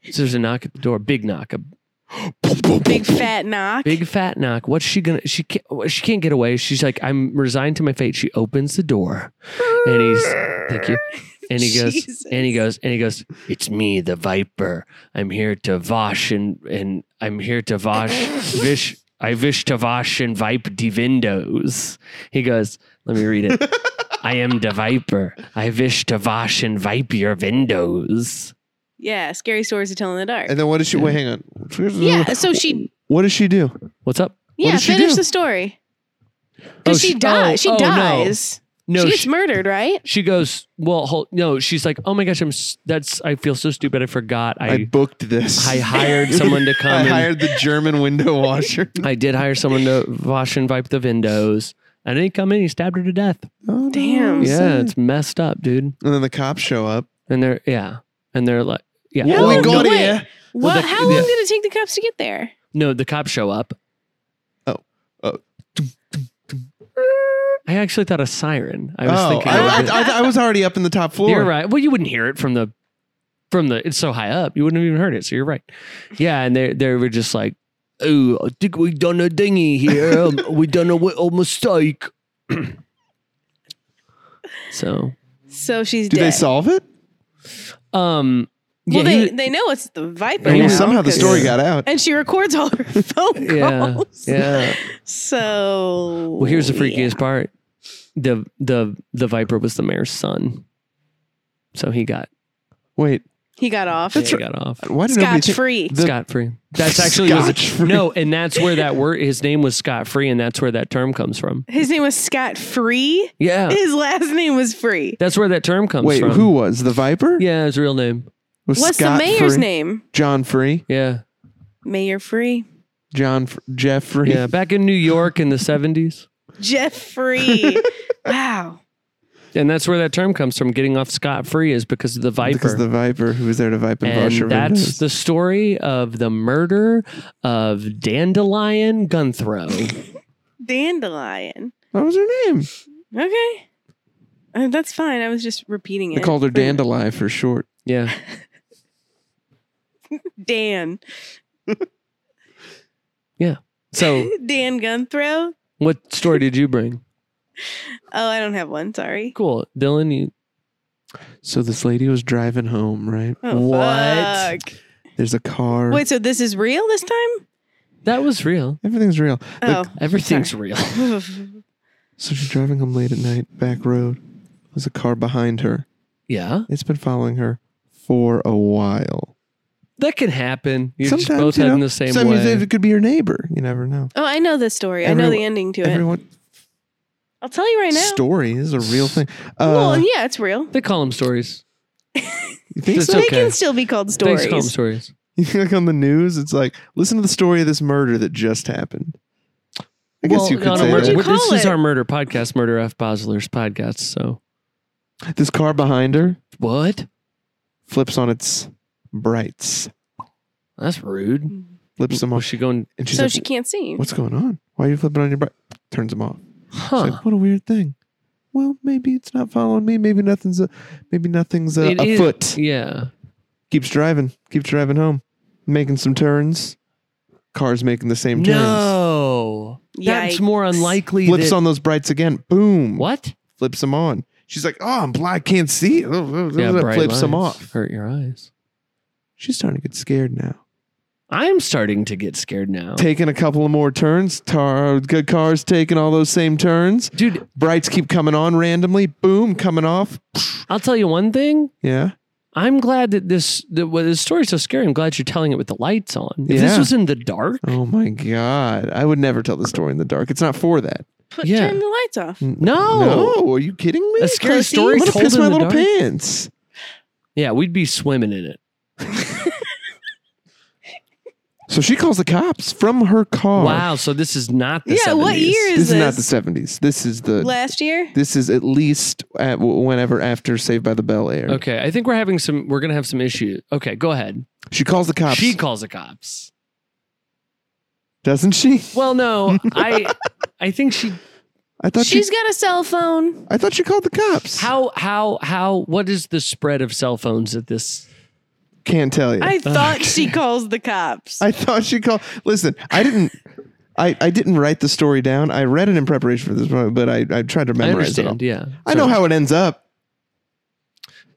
so there's a knock at the door. Big knock. A Big fat knock. big fat knock. What's she gonna? She can't. She can't get away. She's like, I'm resigned to my fate. She opens the door, and he's thank you. And he goes, Jesus. and he goes, and he goes. It's me, the Viper. I'm here to vosh and and I'm here to vosh vish. I wish to vosh and vipe de windows. He goes. Let me read it. I am the Viper. I wish to vosh and vipe your windows. Yeah, scary stories to tell in the dark. And then what does she, wait, hang on. uh, yeah, so she What does she do? What's up? yeah did she finish do? the story. Oh, Because she- she, dies. oh, she oh, no. dies. No, she she- gets murdered, right? she goes, well, hold, no, she's like, oh my gosh, I'm s- that's I feel so stupid. I forgot. I I booked this. I hired someone to come. I and- hired the German window washer. I did hire someone to wash and wipe the windows. And then he come in, he stabbed her to death. Oh, Damn. no. Yeah, it's messed up, dude. And then the cops show up. And they're yeah, and they're like yeah. Oh, How What we long- got wait. here? What? the- how long yeah. did it take the cops to get there? No, the cops show up. Oh, oh. I actually thought a siren. I was oh, thinking. I, of I, it. I, I was already up in the top floor. You're right. Well, you wouldn't hear it from the from the it's so high up you wouldn't have even heard it. So you're right. Yeah, and they they were just like, oh, I think we done a dingy here. Um, we done a little mistake. so So she's Do dead. they solve it? um well, yeah, he- they, they know it's the Viper. I mean, now, somehow the 'cause- story got out. And she records all her phone Yeah, calls. yeah. So. Well, here's the yeah. freakiest part: the the the viper was the mayor's son, so he got Wait, He got off. he got off why did nobody Scotch think- free. The- scot free. That's actually was a, Scotch-free. no, and that's where that word his name was scot free, and that's where that term comes from. His name was Scott Free. Yeah, His last name was Free. that's where that term comes Wait, from. who was the Viper? Yeah, his real name. Was What's Scott the mayor's Free? name? John Free. Yeah, Mayor Free. John F- Jeffrey. yeah. Back in New York in the seventies, Jeff Free. wow. and that's where that term comes from. Getting off scot free is because of the viper. Because the Viper who was there to vipe and, wash and her that's windows. the story of the murder of Dandelion Gunthrow. Dandelion. What was her name? Okay. Uh, that's fine. I was just repeating it. They called her Dandelion for short. Yeah. Dan. So, Dan Gunthrow. what story did you bring? Oh, I don't have one. Sorry. Cool, Dylan. You, So this lady was driving home, right? Oh, What? fuck. There's a car. Wait, so this is real this time? that was real. Everything's real. Oh. Everything's real. So she's driving home late at night, back road. There's a car behind her. Yeah, It's been following her for a while. that can happen. You're just Sometimes, both you know, heading the same sometimes way. it could be your neighbor. You never know. oh, I know this story. I know Everyone- the ending to it. Everyone I'll tell you right now. story this is a real thing. Uh, well, yeah, it's real. They call them stories. you think it's so? They okay. can still be called They stories. just call them stories. You think like on the news, it's like listen to the story of this murder that just happened. I guess Well, you could no, no, say we're- What'd you we're- that. This call is it? our murder podcast, Murder F. Bosler's podcast. So This car behind her what? flips on its brights, That's rude. flips them Was off, she going? and she's so like, she can't see. "What's going on? Why are you flipping on your bright?" Turns them off. She's Huh? like, "What a weird thing." Well, maybe it's not following me. Maybe nothing's, a, maybe nothing's a, It is- afoot. Yeah. Keeps driving, keeps driving home, making some turns. Cars making the same turns. No. That's Yikes. more unlikely. Flips that- on those brights again. Boom. what? flips them on. She's like, "Oh, I'm blind, can't see." bright flips them lines off. Hurt your eyes. She's starting to get scared now. I'm starting to get scared now, Taking a couple of more turns. Tar- good cars taking all those same turns. dude. Brights keep coming on randomly. Boom, coming off. I'll tell you one thing. Yeah, I'm glad that this that well, this story's so scary. I'm glad you're telling it with the lights on. If this Yeah. was in the dark, Oh my god, I would never tell the story in the dark. It's not for that. Put, Yeah. Turn the lights off. no. no, are you kidding me? A scary Pussy. story I'm gonna told piss in my the little dark. pants. Yeah, we'd be swimming in it. So she calls the cops from her car. Wow. So this is not the Yeah, what 70s. year is this is not this? the seventies. This is the Last year? this is at least at whenever after Saved by the Bell aired. Okay, I think we're having some. We're gonna have some issues. Okay, go ahead. She calls the cops. She calls the cops. Doesn't she? Well, no, I, I think she. I thought she She's got a cell phone. I thought she called the cops. How how how? What is the spread of cell phones at this? Can't tell you. I, I thought she calls the cops. thought she called. Listen, I didn't. I, I didn't write the story down. I read it in preparation for this, moment, but I, I tried to I memorize it all. understand. Yeah, I know So- how it ends up.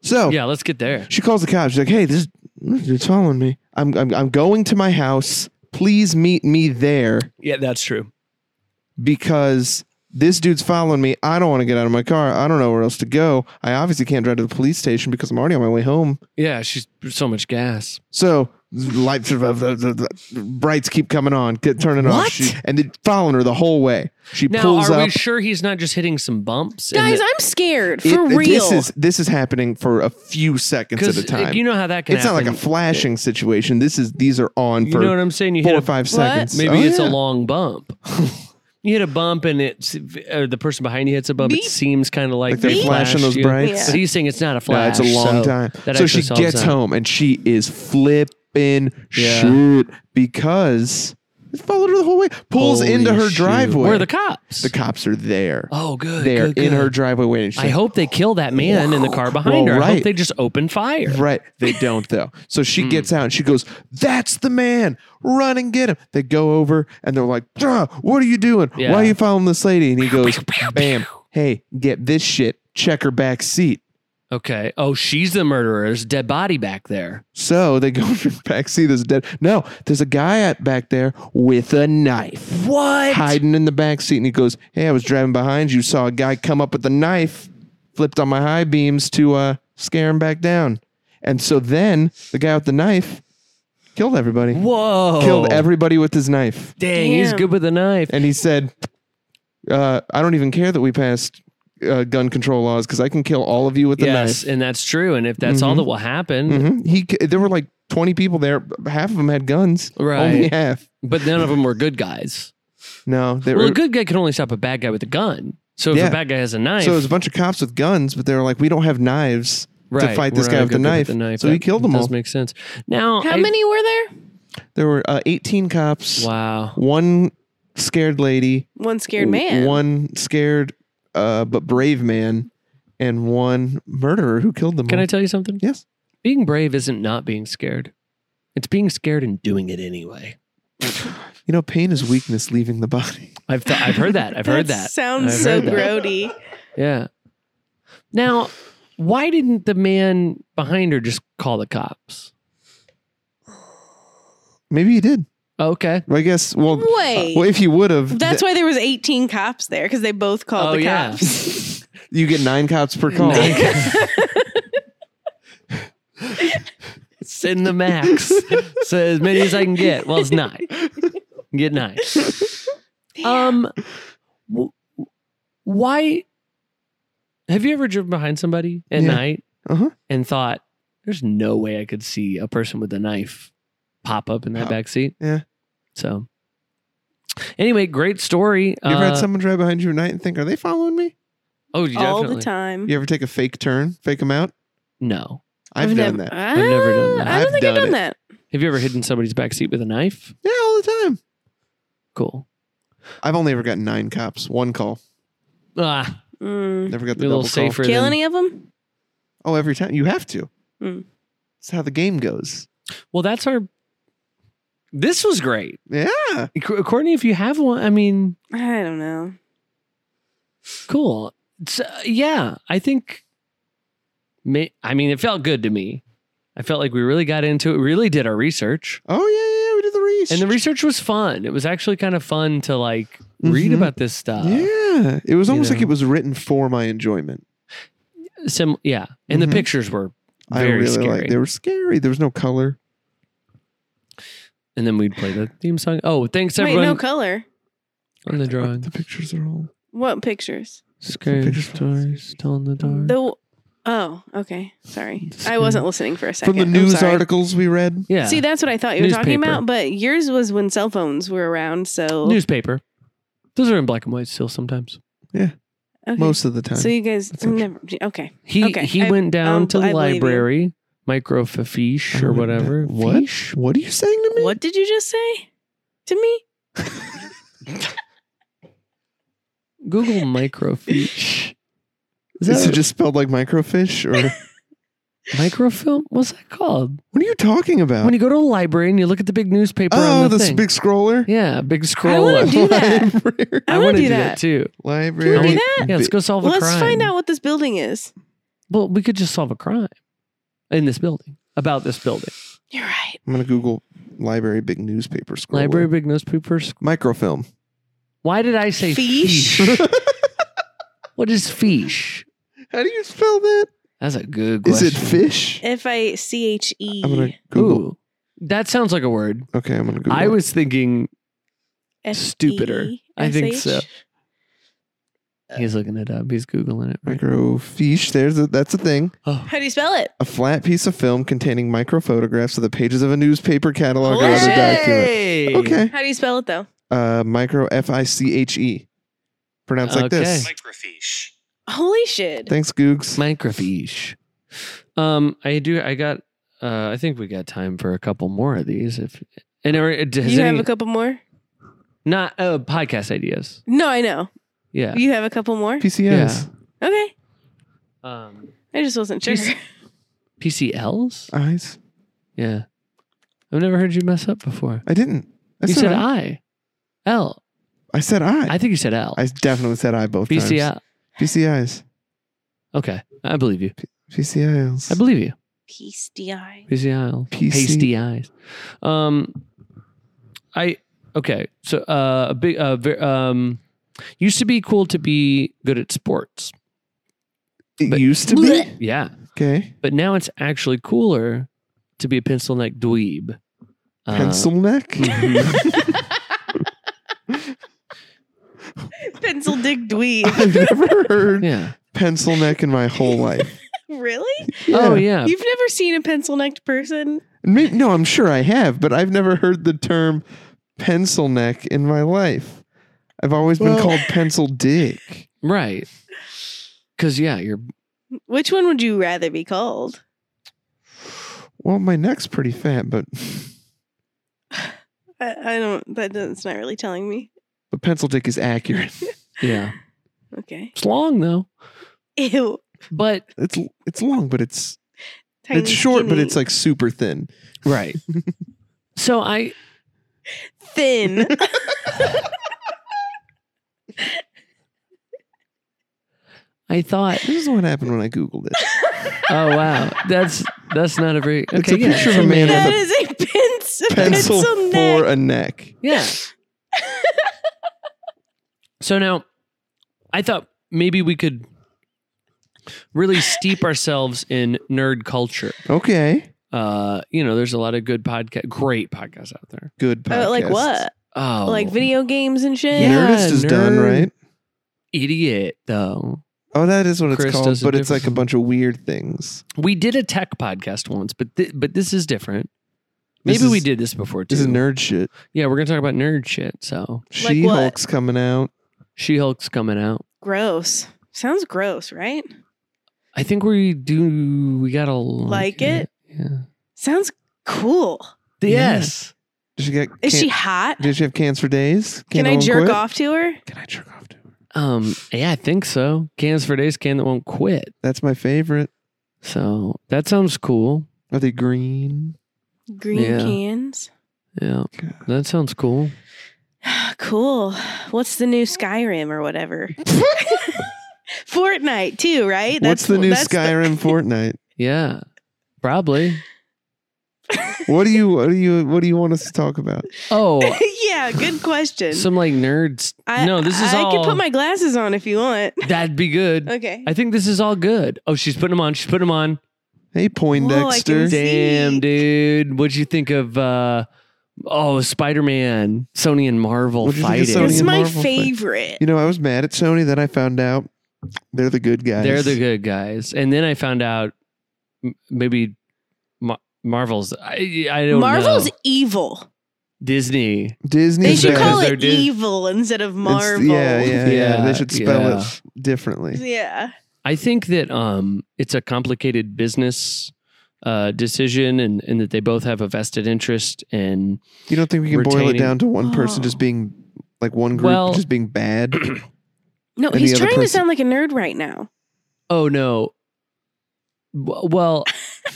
So Yeah, let's get there. she calls the cops. She's like, "Hey, this it's following me. I'm, I'm I'm going to my house. Please meet me there Yeah, that's true. because this dude's following me. I don't want to get out of my car. I don't know where else to go. I obviously can't drive to the police station because I'm already on my way home. Yeah, she's there's so much gas. So lights, uh, the, the, the brights keep coming on, get turning off, What? She- and they're following her the whole way. She Now, pulls are up. we sure he's not just hitting some bumps? and Guys, that- I'm scared. For It- real. This is this is happening for a few seconds at a uh, time. you know how that can. it's not like a happen. flashing situation. This is these are on You for know what I'm saying? You four hit or a, five What? seconds. maybe Oh, it's a yeah. long bump. you hit a bump and it's or the person behind you hits a bump. Beep. It seems kind of like Like they're they flashing flashed those you. brights. So Yeah. you're saying it's not a No, flash. Uh, it's a long so time. that So actually she solves gets that. home and she is flipping Yeah. shit because It followed her the whole way. Pulls Holy into her shoot. driveway. Where are the cops? The cops are there. oh, good. they are good, in good. her driveway waiting. She's I like, hope they kill that man in the car behind Well, her. I hope right. they just open fire. Right. They don't though. So Hmm. she gets out and she goes, That's the man. Run and get him. They go over and they're like, "Bruh, what are you doing? Yeah. Why are you following this lady? And he goes, Bam, hey, get this shit. Check her back seat. Okay. Oh, she's the murderer. There's a dead body back there. So they go to the back seat. There's a dead. No, there's a guy out back there with a knife. What? Hiding in the back seat. And he goes, Hey, I was driving behind you, saw a guy come up with a knife, flipped on my high beams to uh scare him back down. And so then the guy with the knife killed everybody. Whoa. killed everybody with his knife. Dang, he's Damn. good with a knife. And he said, uh, I don't even care that we passed uh, gun control laws because I can kill all of you with the yes, knife. and that's true. And if that's all Mhm. that will happen, Mhm. He, c- there were like 20 people there. Half of them had guns. Right. Only half. but none of them were good guys. No, they well, were. a good guy can only stop a bad guy with a gun. So if Yeah. a bad guy has a knife, So it was a bunch of cops with guns, but they were like, we don't have knives to right, fight this we're guy not with the, good knife. So That he killed them does all. make sense. Now, How I- many were there? there were uh, 18 cops, Wow. one scared lady, One scared man. one scared uh, but brave man, and one murderer who killed them Can all. I tell you something? Yes. Being brave isn't not being scared. It's being scared and doing it anyway. You know, pain is weakness leaving the body. I've th- I've heard that. I've heard that. Sounds I've so heard that. grody. Yeah. Now, why didn't the man behind her just call the cops? Maybe he did. Okay. I guess. Well, uh, Wait. well, if you would have, That's why there was 18 cops there because they both called Oh, the yeah. cops. you get nine cops per call. It's in the max. so as many as I can get. Well, it's nine. Get nine. Um, w- why? Have you ever driven behind somebody at Yeah. night Uh-huh. and thought, "There's no way I could see a person with a knife pop up in that Oh, back seat"? yeah. So, anyway, great story. You ever Uh, had someone drive behind you at night and think, "Are they following me?" oh, you All definitely. the time. You ever take a fake turn, fake them out? No. I've, done nev- that. I've never done Ah, that. I don't I've think done I've done it. that. Have you ever hidden somebody's back seat with a knife? Yeah, all the time. Cool. I've only ever gotten nine cops, one call. Ah, Mm. Never got the be a double little call. safer. Kill than- any of them? Oh, every time you have to. Mm. It's how the game goes. Well, that's our. This was great. Yeah, C- Courtney, if you have one, I mean, I don't know. cool. It's, uh, yeah, I think. May, I mean, it felt good to me. I felt like we really got into it. We really did our research, oh yeah, yeah. We did the research. and the research was fun. It was actually kind of fun to like Mhm. read Mm-hmm. about this stuff. yeah, it was you almost like know. it was written for my enjoyment. Sim- yeah, and Mm-hmm. Mhm. the pictures were I very really scary. like. They were scary. There was no color. and then we'd play the theme song. Oh, thanks Wait, everyone no color. on the drawing. The pictures are all What pictures? Scary pictures from the stories, telling the dark. The oh, okay. Sorry, It's I wasn't listening for a second. from the I'm news sorry. articles we read. yeah, See, that's what I thought you were talking Newspaper. about, but yours was when cell phones were around. So newspaper. Those are in black and white still sometimes. okay. Most of the time. So you guys That's never okay. He Okay, he I- went down um, to the I believe you. Uh, library, microfiche I or wouldn't- whatever. What? Fiche? What are you saying to me? What did you just say to me? Google microfiche. Is Is that it just spelled like microfish or a microfilm? What's that called? what are you talking about? When you go to a library and you look at the big newspaper Uh, oh, on the this thing. big scroller. yeah, big I scroll. want to do that. Library. I wanna want to do that, too. Library. Can we do Yeah, let's go solve a Let's crime. find out what this building is. Well, we could just solve a crime in this building. About this building, You're right. I'm gonna Google library big newspaper scroller. library big newspaper. sc- microfilm. Why did I say Fiche? fiche? what is fiche? How do you spell that? That's a good Is question. it fish? F i c h e I'm gonna Google. Ooh, that sounds like a word. Okay, I'm gonna Google. I it. was thinking F stupider. E I think so. S H? He's looking it up. He's googling it. Right? microfiche. There's a, that's a thing. Oh, How do you spell it? A flat piece of film containing microphotographs of the pages of a newspaper catalog or other document. Hey! Okay. How do you spell it though? Uh, micro F I C H E. Pronounced like this. Okay. Microfiche. Holy shit! Thanks, Googs. Microfiche. Um, I do. I got. Uh, I think we got time for a couple more of these. If and or, does you any, have a couple more. Not uh, podcast ideas. No, I know. Yeah. You have a couple more? PCS. Okay. Um, I just wasn't sure. Piece- PCLs? Eyes. Yeah. I've never heard you mess up before. I didn't. I you said, said I. I. L. I said I. I I, think you said L. definitely said I both times. PCL. PCIs. Okay. I believe you. PCIs. I believe you. PCI. Pasty eyes. PC. Pasty eyes. Um, I okay. So uh, a big uh, ver- um, used to be cool to be good at sports. it but- used to be. Yeah, Okay. but now it's actually cooler to be a pencil neck dweeb. Uh, Pencil neck. mhm. Pencil dick dweeb. I've never heard yeah. pencil neck in my whole life. really? Oh yeah. You've never seen a pencil necked person? Maybe, no, I'm sure I have, but I've never heard the term pencil neck in my life. I've always been Well- called pencil dick. Right. Because yeah, you're. Which one would you rather be called? Well, my neck's pretty fat, but I, I don't. That doesn't, it's not really telling me. the pencil dick is accurate. Yeah. Okay. It's long though, Ew. but It's it's long, but it's Tiny, it's short, but skinny, it's like super thin. right. so I thin. I thought. This is what happened when I googled it. Oh wow, that's that's not a very. Okay, It's a yeah, picture of a man that with is a pencil, a pencil, pencil, for neck. a neck. Yeah. so now I thought maybe we could really steep ourselves in nerd culture. Okay, Uh, you know, there's a lot of good podcast, great podcasts out there. good. Podcast. Oh, like what? Oh, Like video games and shit. Yeah, Nerdist is done nerd. right. idiot though. Oh, that is what it's Chris called, does a but it's like a different- bunch of weird things. We did a tech podcast once, but thi- but this is different. This Maybe we is- did this before too. This is nerd shit. yeah, we're gonna talk about nerd shit. So Like She Hulk's coming out. She Hulk's coming out. Gross. Sounds gross, right? I think we do. We gotta Like it? Yeah. Sounds cool. Yes. Did she get? Is can- she hot? Did she have cans for days? Can that I won't jerk quit? off to her? Can I jerk off to her? Um. Yeah, I think so. Cans for days. Can that won't quit. That's my favorite. So that sounds cool. Are they green? Green Yeah. cans. Yeah, God. that sounds cool. cool. What's the new Skyrim or whatever? Fortnite too, right? What's the new that's Skyrim Fortnite? Yeah, probably. What do you what do you what do you want us to talk about? Oh, yeah, good question. some like nerds. I, no, this is I all. can put my glasses on if you want. that'd be good. Okay. I think this is all good. Oh, she's putting them on. She's putting them on. Hey Poindexter. see. Damn, dude. What'd you think of? uh Oh, Spider Man, Sony and Marvel What'd you think of fighting. Sony It's and my Marvel thing. favorite. You know, I was mad at Sony, then I found out they're the good guys. They're the good guys. And then I found out m- maybe Ma- Marvel's. I, I don't Marvel's know. evil. Disney. Disney. They Is should that- call is there it Dis- evil instead of Marvel. Yeah, yeah, yeah, Yeah, They should spell yeah. it differently. Yeah. I think that um, it's a complicated business uh, decision, and, and that they both have a vested interest. And You don't think we can boil it Retaining- down to one person Oh. just being like one group Well- just being bad? No, Any he's other trying to person- sound like a nerd right now. oh no, W- well,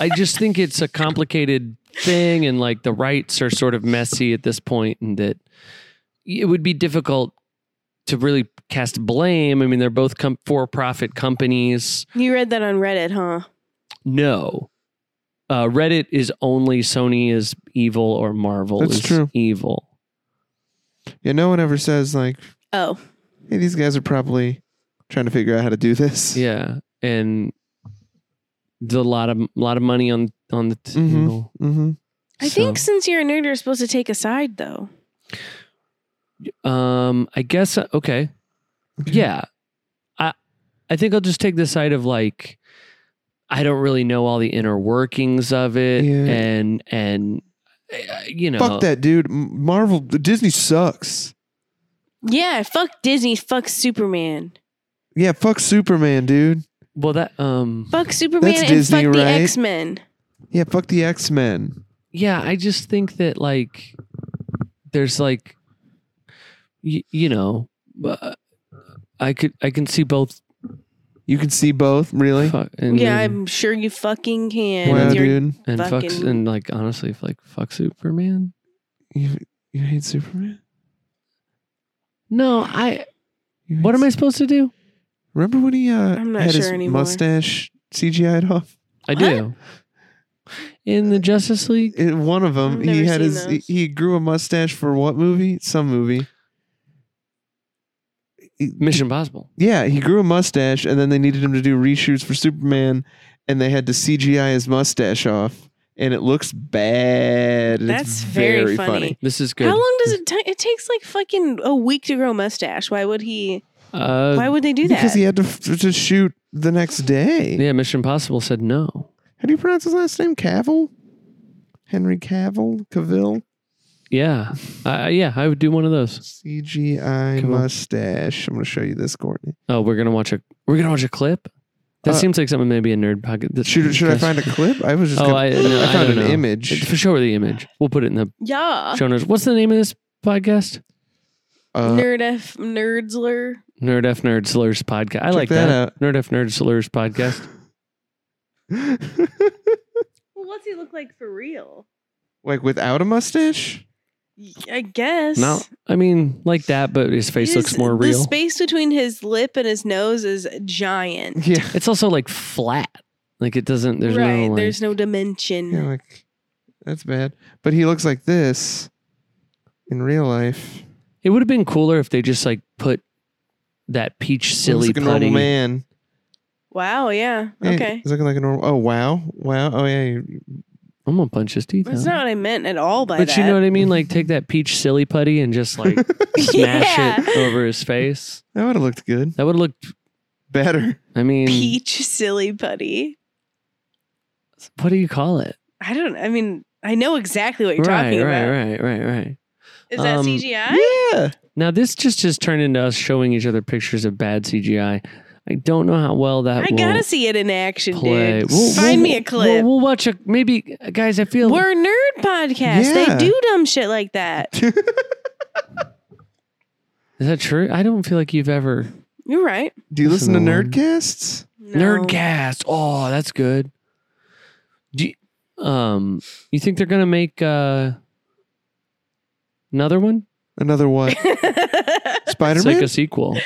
I just think it's a complicated thing, and like the rights are sort of messy at this point, and that it would be difficult to really cast blame. I mean, they're both com- for-profit companies. You read that on Reddit, huh? No. Uh, Reddit is only Sony is evil or Marvel That's is true. evil. Yeah, no one ever says like, Oh, hey, these guys are probably trying to figure out how to do this. Yeah, and the lot of lot of money on on the Mhm. table. hmm I So, think since you're a nerd, you're supposed to take a side, though. Um, I guess uh, okay. Okay. Yeah, I I think I'll just take the side of like I don't really know all the inner workings of it, Yeah. and and uh, you know, Fuck that, dude. M- Marvel, Disney sucks. Yeah, fuck Disney, fuck Superman, Yeah, fuck Superman, dude. Well, that um, fuck Superman, That's and Disney, fuck the right? X Men. Yeah, fuck the X Men. yeah, I just think that like there's like y- you know, uh, I could I can see both. You can see both, really. Fuck, and Yeah, and, I'm sure you fucking can. Wow, with your- dude, and fucks fucking- and like honestly, if, like fuck Superman. you, you hate Superman. No, I. You hate What am I Su- supposed to do? Remember when he uh, I'm not had his sure anymore. mustache CGI'd off? I do. In the Justice League, In one of them, I've he never had seen his he, those. he grew a mustache for what movie? Some movie. Mission Possible. Yeah, he grew a mustache, and then they needed him to do reshoots for Superman, and they had to CGI his mustache off, and it looks bad. and it's That's very funny. This is good. How long does it take? It takes like fucking a week to grow a mustache. Why would he? Uh, Why would they do that? Because he had to, f- to shoot the next day. yeah, Mission Possible said no. How do you pronounce his last name? Cavill? Henry Cavill? Cavill? Yeah, uh, yeah, I would do one of those. CGI Cavill. mustache. I'm going to show you this, Courtney. Oh, we're gonna watch a we're gonna watch a clip. That Uh, seems like something maybe a nerd pocket. that- Should, should I find a clip? I was just Oh, gonna, I, no, I found don't an know. image. For sure, the image. We'll put it in the yeah. show notes. What's the name of this podcast? Uh, Nerd F Nerdsler. Nerd F Nerd Slurs podcast. I Check like that that. Nerd F Nerd Slurs podcast. Well, what's he look like for real? like without a mustache? I guess. Now, I mean, like that, but his face looks His- more The real. space between his lip and his nose is giant. Yeah. It's also like flat. Like it doesn't. There's right. no. Like, there's no dimension. Yeah, like that's bad. But he looks like this in real life. It would have been cooler if they just like put that peach silly looks like a putty. normal man. Wow. Yeah. Yeah, Okay. he's looking like a normal. Oh wow, wow. Oh yeah, you- I'm gonna punch his teeth That's out. not what I meant at all by but that. you know what I mean? Like take that peach silly putty and just like smash it Yeah. over his face. that would have looked good. That would look. Better. I mean, Peach silly putty. what do you call it? I don't. I mean, I know exactly what you're right, talking right, right, about. right, right. Is that Um, CGI? Yeah. Now this just has turned into us showing each other pictures of bad CGI. I don't know how well that I will gotta see it in action, play. dude. We'll- Find we'll- me a We'll, clip. we'll watch a maybe, guys. I feel We're a nerd podcast. Yeah. They do dumb shit like that. is that true? I don't feel like you've ever You're right. Do you listen Listen to to one. Nerdcasts? No. nerdcast. Oh, that's good. Do you, um, you think they're gonna make uh another one? Another what? Spider It's like Man a sequel.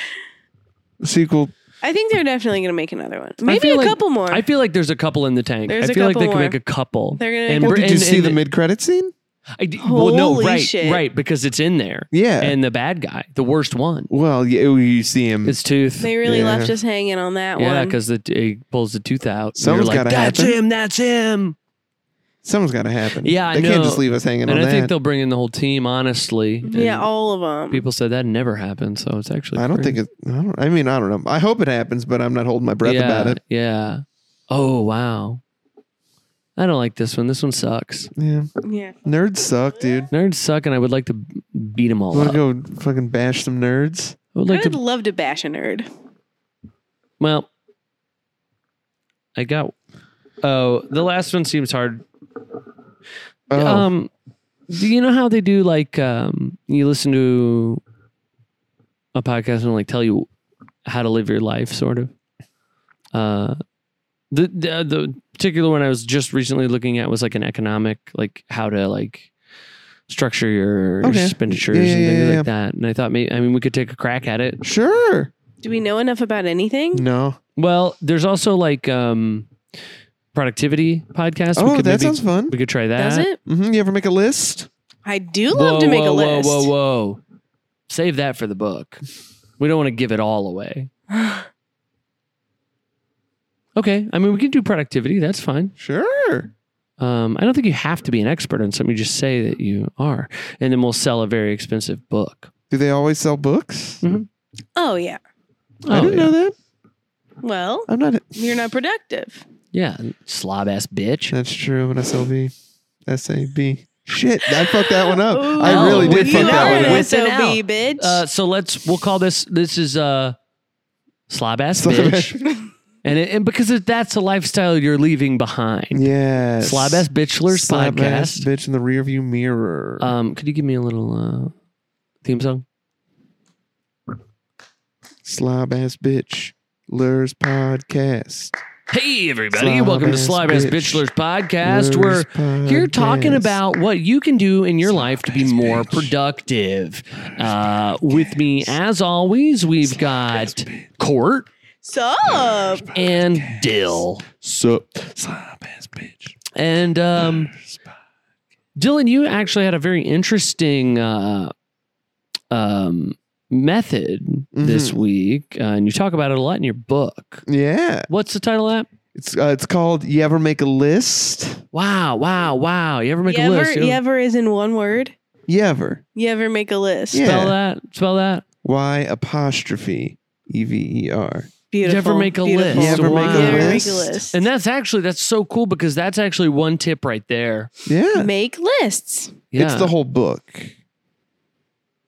sequel. I think they're definitely gonna make another one. Maybe feel a like- couple more. I feel like there's a couple in the tank. There's I a feel like they couple can more. make a couple. They're gonna And make Well, Br- did you and- see and- the mid credit scene? I d- well, no, Holy right, shit. right, because it's in there. Yeah. And the bad guy, the worst one, well, yeah, oh, you see him. his tooth. they really Yeah. left us hanging on that yeah, one. because the he pulls the tooth out. and Something's you're like, gotta that's happen." him. That's him. Someone's got to happen. Yeah, I they can't know. just leave us hanging And, on I that. think they'll bring in the whole team. Honestly, yeah, And all of them. people said that never happened, so it's actually. I don't pretty- think it. I, don't, I mean, I don't know. I hope it happens, but I'm not holding my breath yeah, about it. Yeah. Oh wow. I don't like this one. This one sucks. Yeah, yeah. nerds suck, dude. Nerds suck, and I would like to beat them all Want up. to go fucking bash some nerds? I would I like would to. love to bash a nerd. Well, I got. Oh, the last one seems hard Oh, Um, do you know how they do like um, you listen to a podcast and like tell you how to live your life, sort of. Uh, the the, uh, the particular one I was just recently looking at was like an economic, like how to like structure your Okay. expenditures Yeah, and yeah, things yeah, yeah. like that. And I thought maybe I mean we could take a crack at it. sure. Do we know enough about anything? No. Well, there's also like um, productivity podcasts. we Oh, could that maybe- sounds fun. we could try that. Does it? hmm You ever make a list? I do love to make whoa, a list. Whoa, whoa, whoa. Save that for the book. We don't want to give it all away. Okay. I mean, we can do productivity. That's fine. Sure. Um, I don't think you have to be an expert on something. You just say that you are. And then we'll sell a very expensive book. Do they always sell books? Oh yeah. I Mm, Oh, didn't yeah. know that. Well, I'm not. you're not productive. Yeah. Slob ass bitch. That's true. I'm an SLB. SAB. Shit, I fucked that one up. Oh, I Ooh, really did you fuck are that an one up. Oh, With an L. SOB, bitch. Uh, so let's, we'll call this, this is uh, slob ass bitch. And, it, and because it, that's a lifestyle you're leaving behind. Yeah. Slob ass bitchlers podcast. bitch in the rearview mirror. Um, could you give me a little uh, theme song? Slob ass bitch. Lures podcast. Hey, everybody. Slob Welcome to ass Slob Ass bitch. Bitchlers podcast. Lures We're here podcast. talking about what you can do in your life to be ass more bitch. productive. Uh, with me, as always, we've got Court Sup? and Dill. So slob ass bitch. And um, Dylan, you actually had a very interesting uh, um, method this Mhm. week, uh, and you talk about it a lot in your book. Yeah. What's the title of that? It's uh, it's called You Ever Make a List? Wow, wow, wow. You ever make you a ever, list? You You ever ever is in one word. You ever? You ever make a list? Yeah. spell that? Spell that? Y apostrophe E V E R. Beautiful. You ever make a beautiful. list? You ever make a You ever make a list? list? And that's actually that's so cool because that's actually one tip right there. Yeah. make lists. Yeah. It's the whole book.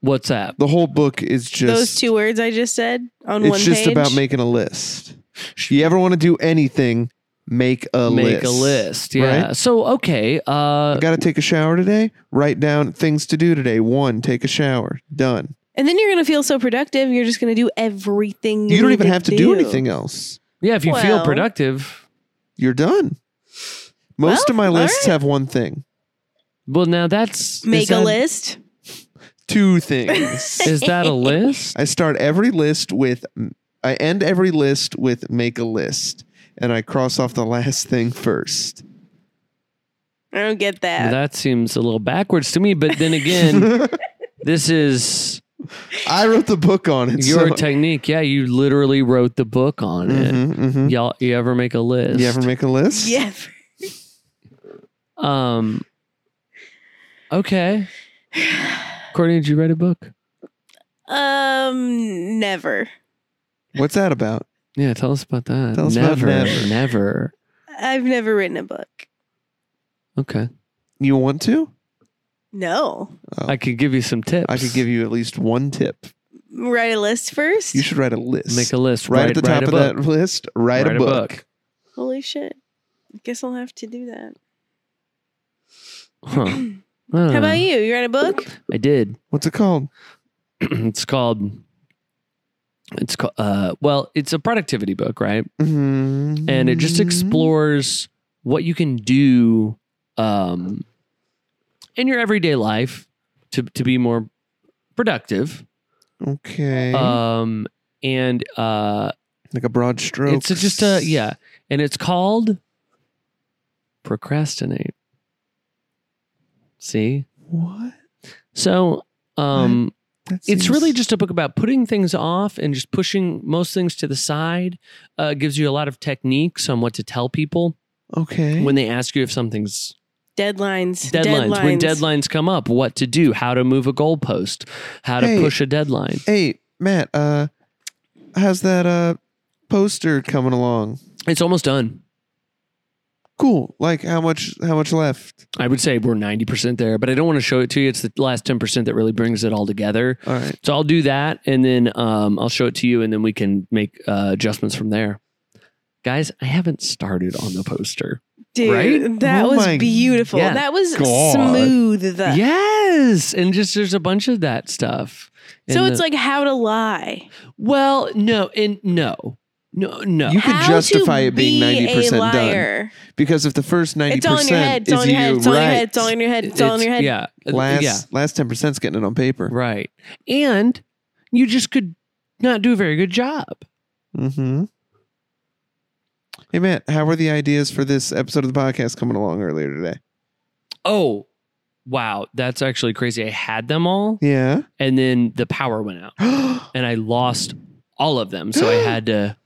What's that? The whole book is just Those two words I just said on It's one just page. about making a list. If you ever want to do anything, make a make list. a list. Yeah. right? So okay. Uh Got to take a shower today. Write down things to do today. One, take a shower. Done. and then you're gonna feel so productive. You're just gonna do everything. You, You don't need even have to do anything else. yeah, if you feel Well- productive, You're done. Most Well, of my all lists right. have one thing, well now that's Make is a that- list. two things. Is that a list? I start every list with, I end every list with make a list, and I cross off the last thing first. I don't get that. That seems a little backwards to me, but then again, this is I wrote the book on it. your so- technique. Yeah, you literally wrote the book on it. Mhm, mhm. Y'all, you ever make a list? You ever make a list? yeah. Um. Okay. Courtney, did you write a book? Um. Never. What's that about? Yeah, tell us about that. Tell us about never, never. never. I've never written a book. Okay, You want to? No. Oh, I could give you some tips. I could give you at least one tip. Write a list first. You should write a list. make a list. right write, at the write top a of book. that list. Write, a, book. Holy shit. I guess I'll have to do that. Huh. Huh. How about you? You write a book? I did. What's it called? it's called. It's called. Uh, well, it's a productivity book, right? and it Mm-hmm. just explores what you can do um, in your everyday life to to be more productive. Okay. Um, and uh, like a broad stroke. it's just a yeah, and it's called procrastinate. See, What? so um, That it's really seems- just a book about putting things off and just pushing most things to the side. Uh, it gives you a lot of techniques on what to tell people okay. when they ask you if something's Deadlines. deadlines, when deadlines come up, what to do, how to move a goalpost, how to Hey. push a deadline. hey Matt, uh, how's that uh poster coming along? It's almost done. Cool. Like how much? How much left? I would say we're 90% there, but I don't want to show it to you. It's the last 10% that really brings it all together. All right. So I'll do that and then um, I'll show it to you and then we can make uh, adjustments from there. Guys, I haven't started on the poster. Dude, right? that Oh my was beautiful. Yeah. That was God. smooth. Yes. And just there's a bunch of that stuff. So And it's the- like how to lie. well, no, and no, no, no. You could How justify to it being be 90% a done. liar. Because if the first ninety It's all in your head. percent It's all is in you your head. It's all in your head. It's all in your head. It's all in your head. Yeah. Uh, last yeah. last ten percent's getting it on paper. Right. And you just could not do a very good job. Mm-hmm. Hey Matt, how were the ideas for this episode of the podcast coming along earlier today? Oh, wow. That's actually crazy. I had them all Yeah. Oh and then the power went out and I lost all of them. So I had to.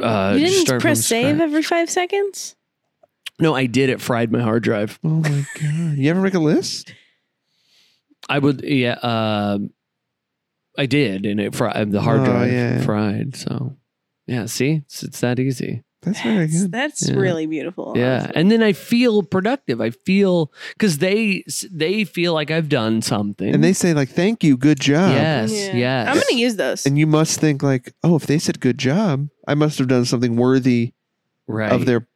Uh, you didn't start press from save scratch. every five seconds? No, I did. It fried my hard drive. Oh my god! You ever make a list? I would, yeah. Um, I did, and it fried the hard Oh, drive yeah. fried. So, yeah. See, it's, it's that easy. That's very That's, good. that's Yeah. really beautiful. Yeah, honestly. and then I feel productive. I feel because they they feel like I've done something, And they say like, "Thank you, good job." yes, Yeah. yes. I'm going to use those. And you must think like, "Oh, if they said good job, I must have done something worthy right of their right.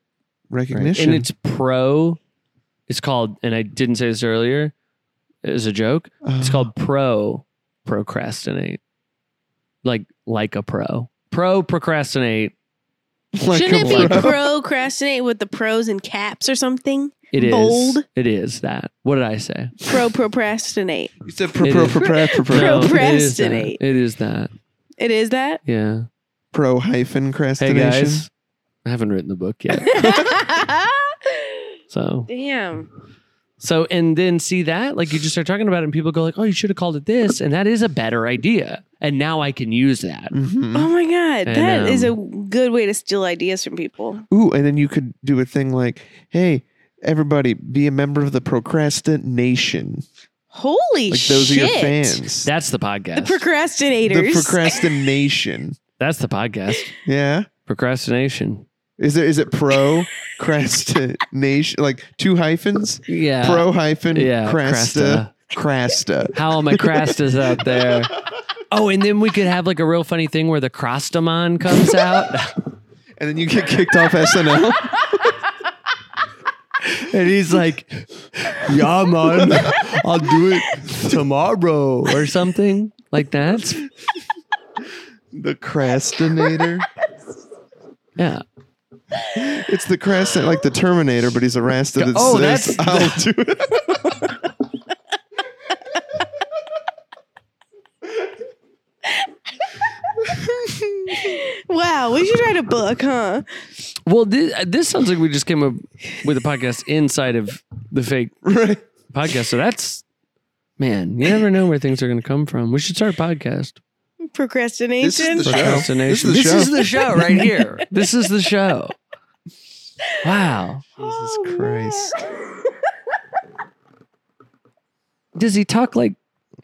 recognition." And it's pro. It's called, and I didn't say this earlier as a joke. It's Uh, called pro procrastinate. like like a pro. Pro procrastinate. Like a Shouldn't it be pro. procrastinate with the pros and caps or something? It is. Bold. It is that. What did I say? Pro procrastinate. You said pro It pro is. pro pro pro pro, No, it is that. Procrastinate. It is that. It is that. Yeah. pro hyphen Hey crastination. guys, I haven't written the book yet. So Hmm? Damn. so and then see that like you just start talking about it and people go like, "Oh, you should have called it this," and that is a better idea. And now I can use that. Mhm. Oh my god, And, that is um, a good way to steal ideas from people. Ooh, and then you could do a thing like, "Hey, everybody, be a member of the procrastination." Holy Like shit! those are your fans. That's the The podcast. the procrastinators. procrastination. That's the podcast. yeah. Procrastination. Is there is it pro crastination like two hyphens? Yeah. pro hyphen Uh, yeah, crasta crasta. How all my crastas out there. Oh, and then we could have like a real funny thing where the crostamon comes out. And then you get kicked off SNL. And he's like, "Yeah, man, I'll do it tomorrow or something like that." The crastinator. Yeah. It's the crastin like the Terminator, but he's a rasta that Oh, says, that's- "I'll do it." wow, we should write a book, huh? Well, this, this sounds like we just came up with a podcast inside of the fake Right. podcast. So that's man, you never know where things are going to come from. We should start a podcast. Procrastination. This is the show. This Procrastination. is the show. show right here. this is the show. Wow. Jesus Oh, Christ. Does he talk like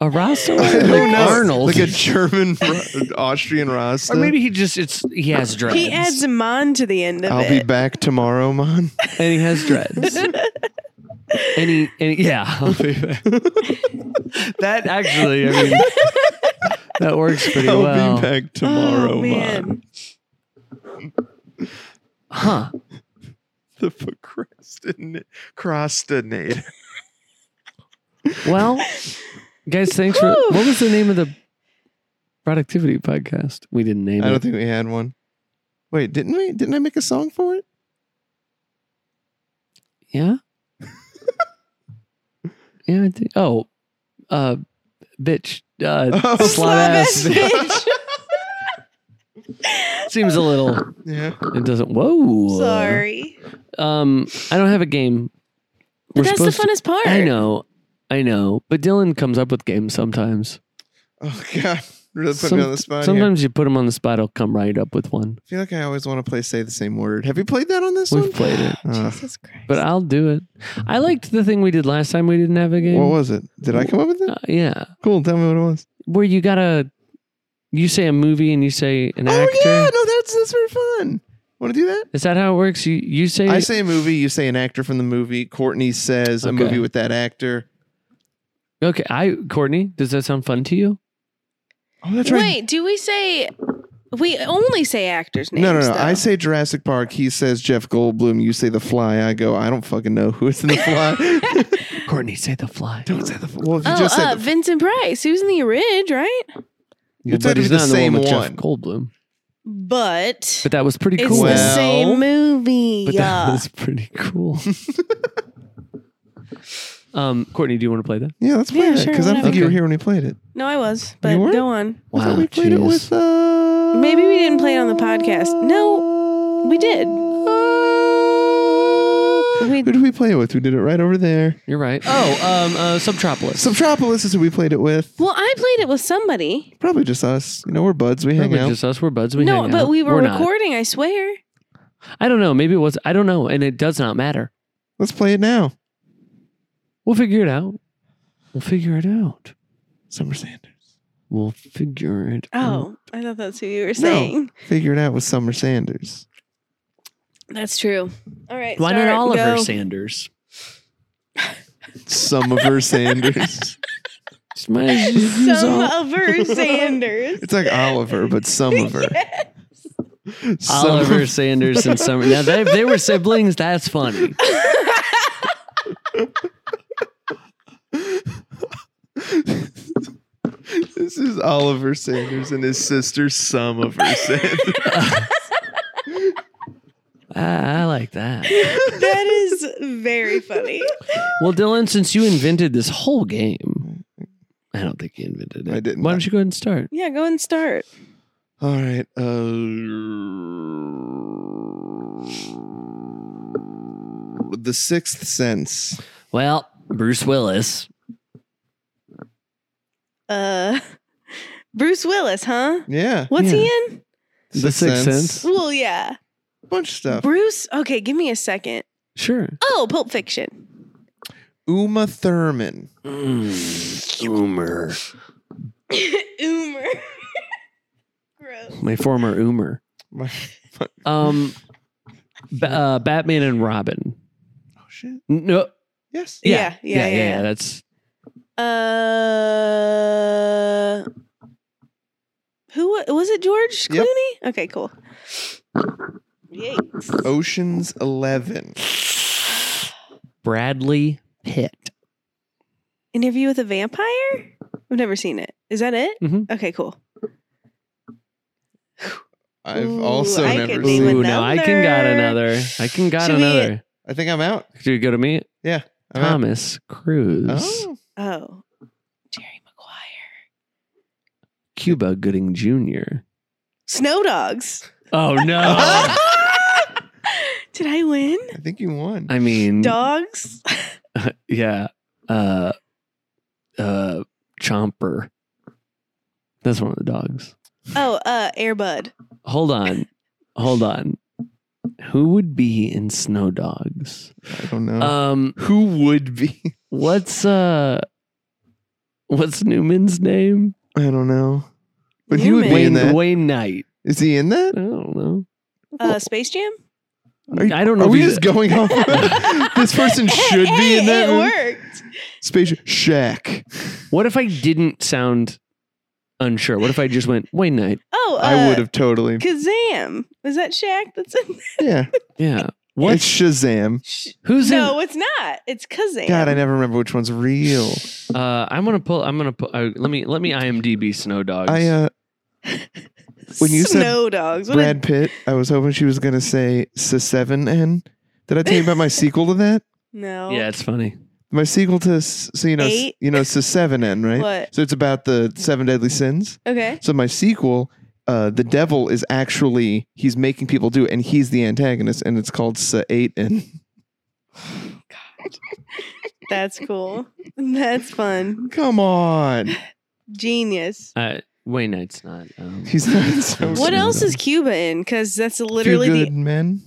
a Rasta? I don't Like know. Arnold. Like a German Ru- Austrian rasta. or maybe he just it's he has dreads. He adds mon to the end of I'll be it. back tomorrow, man. and he has dreads. and he, and he- yeah, I'll be back. that actually, I mean, that works pretty I'll well, be back tomorrow, oh, man. man. huh? The procrastin- crastinator. Well, guys, thanks for Whew. what was the name of the productivity podcast? We didn't name I it. don't think we had one. Wait, didn't we? Didn't I make a song for it? yeah, yeah. I think, oh, uh, bitch, uh, Oh. slut ass. Slavish bitch. Seems a little. Yeah. It doesn't. Whoa. Sorry. Um, I don't have a game. But We're that's the supposed to- funnest part. I know, I know. But Dylan comes up with games sometimes. Oh God, really put Some- me on the spot. here. Sometimes you put him on the spot, he'll come right up with one. I feel like I always want to play "Say the Same Word." Have you played that on this one? We've played it, Uh, Jesus Christ. but I'll do it. I liked the thing we did last time. We didn't have a game. what was it? Did I come up with it? Uh, yeah, Cool. Tell me what it was. where you gotta you say a movie and you say an Oh actor. yeah, no, that's that's very fun. Want to do that? Is that how it works? You you say I say a movie, you say an actor from the movie. Courtney says a Okay. movie with that actor. okay. I Courtney, does that sound fun to you? Oh, that's right. Wait, do we say we only say actors' names? No, no, no. though. I say Jurassic Park. He says Jeff Goldblum. You say The Fly. I go. I don't fucking know who is in The Fly. Courtney, say the fly. don't say The Fly. Well, if you Oh, just uh, said, the- Vincent Price. He was in the Ridge, right? Yeah, It's gotta but he's be the not in same the one. with Jeff Goldblum. But But that was pretty it's cool. the Well, same movie. but that yeah. was pretty cool. um, Courtney, do you want to play that? yeah, let's play Yeah, it sure, because I don't think you were whatever. here when we played it. no, I was. But were? go on. I thought we played it jeez. with. Uh, Maybe we didn't play it on the podcast. No, we did. We- Uh, Who did we play it with? We did it right over there. You're right. Oh, um, uh, Subtropolis. Subtropolis is who we played it with. Well, I played it with somebody. Probably just us. You know, we're buds. We hang Probably out. just us. We're buds. We no, hang but out. we were We're not. recording. I swear. I don't know. Maybe it was. I don't know. And it does not matter. Let's play it now. We'll figure it out. We'll figure it out. Summer Sanders. We'll figure it. Mm-hmm. out. Oh, I thought that's who you were saying. Figure it out with Summer Sanders. That's true. All right. why start, not Oliver go. Sanders? Some of her Sanders. Just might as well use Some Ol- of her Sanders. It's like Oliver, but some of her. Some Oliver of- Sanders and Summer. Now they they were siblings. That's funny. This This is Oliver Sanders and his sister, some of her Sanders. I, I like that. that is very funny. Well, Dylan, since you invented this whole game, I don't think you invented it. I didn't. Why don't you go ahead and start? Yeah, go and start. All right. Uh, the Sixth Sense. Well, Bruce Willis. Uh, Bruce Willis, huh? Yeah. What's he in? The Sixth Sense. Well, yeah. Bunch of stuff. Bruce. Okay, give me a second. Sure. Oh, Pulp Fiction. Uma Thurman. Mm, Humor. Oomer. Gross. My former Oomer. My- Um, Ba- uh, Batman and Robin. oh shit. No. Yes. Yeah. Yeah, yeah, yeah, yeah. That's Uh, who wa- was it? George Yep. Clooney. Okay, cool. Yikes. Ocean's Eleven. Bradley Pitt. Interview with a Vampire? I've never seen it. Is that it? Mm-hmm. Mhm. Okay, cool. I've Ooh, also I never could name seen. a- now I can got another. another. I can got Should we- another. I think I'm out. Could you go to me? I'm out. Thomas Cruise. Uh-huh. Oh. Oh, Jerry Maguire. Cuba Gooding Jr. Snow Dogs. Oh no. Did I win? I think you won. I Mm. mean Dogs. yeah. Uh uh Chomper. That's one of the dogs. Oh, uh, Airbud. Hold on. Hold on. Who would be in Snow Dogs? I don't know. Um Who would be? What's uh what's Newman's name? I don't know. But he would be Newman. in Wayne that. Wayne Knight. Is he in I that? don't know. Uh, Space Jam. Are you- I don't know. Are we who just the- going off? this person should be in that. Hey, It movie? worked. Space Shack. what if I didn't sound unsure? What if I just went Wayne Knight? Oh, uh, I would have totally. Kazam. Is that Shaq? That's in Yeah. Yeah. What? It's Shazam. Who's no, it's not. It's Kazam. God, I never remember which one's real. in? Uh, I'm gonna pull. I'm gonna pull. Uh, let me let me IMDb Snow Dogs. I uh, when you said Snow Dogs. What Brad Pitt. I was hoping she was gonna say seven n. Did I tell you about my sequel to that? a, no. yeah, it's funny. My sequel to S- so you know s Eight? you know seven n right? What? So it's about the seven deadly sins. Okay. So my sequel, uh, the devil is actually he's making people do it, and he's the antagonist, and it's called eight n. That's cool. That's fun. Come on, Genius. Uh, Wayne Knight's not. Um, he's not so. What Snow else is Dogs. Cuba in? Because that's Few literally good the. men.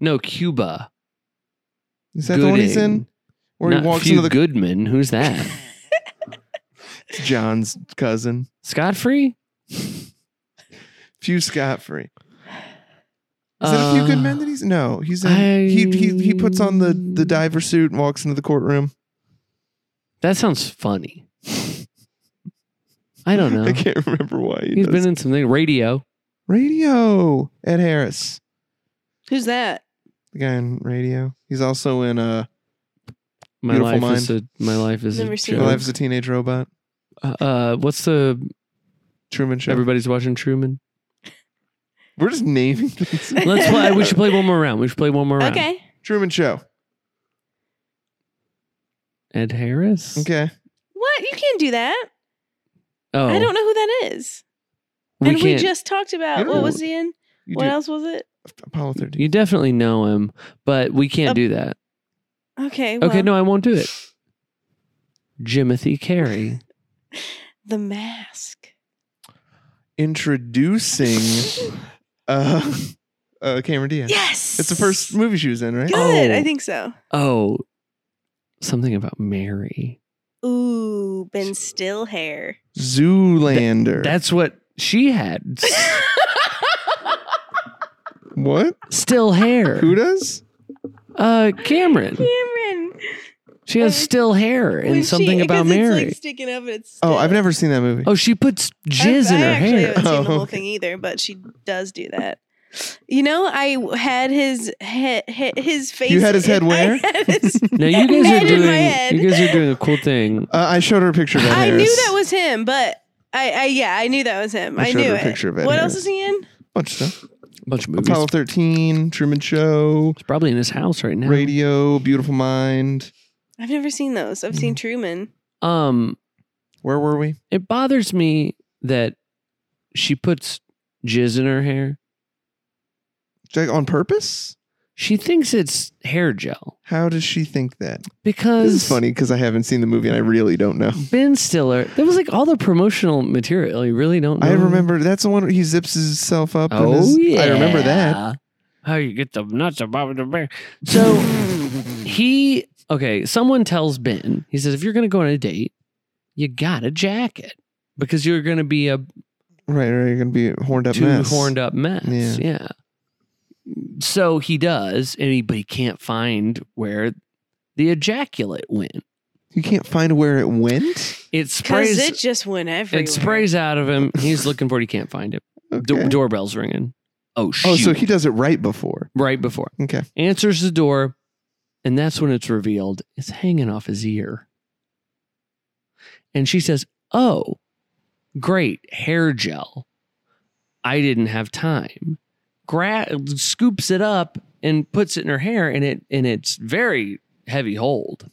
no Cuba. Is that the one he's in? Where Not he walks Few into the Goodman. Who's that? John's cousin. Scott Free. Few scot free. Is that a Uh, few good men that he's no? He's in, he he he puts on the the diver suit and walks into the courtroom. That sounds funny. I don't know. I can't remember why he He's does. been in something radio. radio. Ed Harris, Who's that? the guy in radio. He's also in uh, My Beautiful life is a my life is Never a seen joke. My Life as a Teenage Robot, Uh, what's the Truman Show. everybody's watching Truman? We're just naming things. Let's play. We should play one more round. We should play one more round. Okay. Truman Show. Ed Harris. Okay, What? You can't do that. Oh, I don't know who that is. We and we can't- just talked You about don't what know. was he in? you What do else was it? Apollo thirteen. You definitely know him, but we can't Up- do that. Okay. Well, Okay, no, I won't do it. Jimothy Carey. The Mask. Introducing uh, uh, Cameron Diaz. Yes. It's the first movie she was in, right? Good. Oh. I think so. Oh, something about Mary. Ooh, Ben Still hair. Zoolander. That's what she had. S- what? Still hair. Who does? Uh, Cameron. Cameron. She has still hair When she- and something about 'cause It's Mary. like sticking up and it's Oh, still- I've never seen that movie. Oh, she puts I've- jizz in I her actually hair. haven't seen the Oh, whole okay. thing either, but she does do that. You know, I w- had his head, his face. had his head in- I where? had his- Now you guys head are in doing my head. you guys are doing a cool thing. Uh, I showed her a picture of Ed I Harris. knew that was him, but I, I yeah, I knew that was him. I I showed knew her a it. picture of it What here. else is he in? bunch of stuff. bunch of movies. Apollo 13, Truman Show, It's probably in his house right now. Radio, Beautiful Mind. I've never seen those. I've Mm. seen Truman. Um, Where were we? it bothers me that she puts jizz in her hair. Jack, on purpose? She thinks it's hair gel How does she think that? This because is funny because I haven't seen the movie and I really don't know. Ben Stiller. That was like all the promotional material. You really don't. Know. I remember that's the one where he zips himself up. and Oh is- yeah, I remember that. How you get the nuts above the bear? So he okay. Someone tells Ben. He says if you're going to go on a date, you got a jacket because you're going to be a Right, right. You're gonna be a horned up too mess. horned up mess. Yeah. Yeah. So he does, and he but he can't find where the ejaculate went. You can't find where it went. It Because sprays. it It, just went everywhere. sprays out of him. He's looking for it. He can't find it. Do- Okay. doorbell's ringing. Oh shoot! oh, so he does it right before. right before Okay. answers the door, and that's when it's revealed it's hanging off his ear. And she says, "Oh, great hair gel. I didn't have time." Gra- scoops it up and puts it in her hair, and it and it's very heavy hold.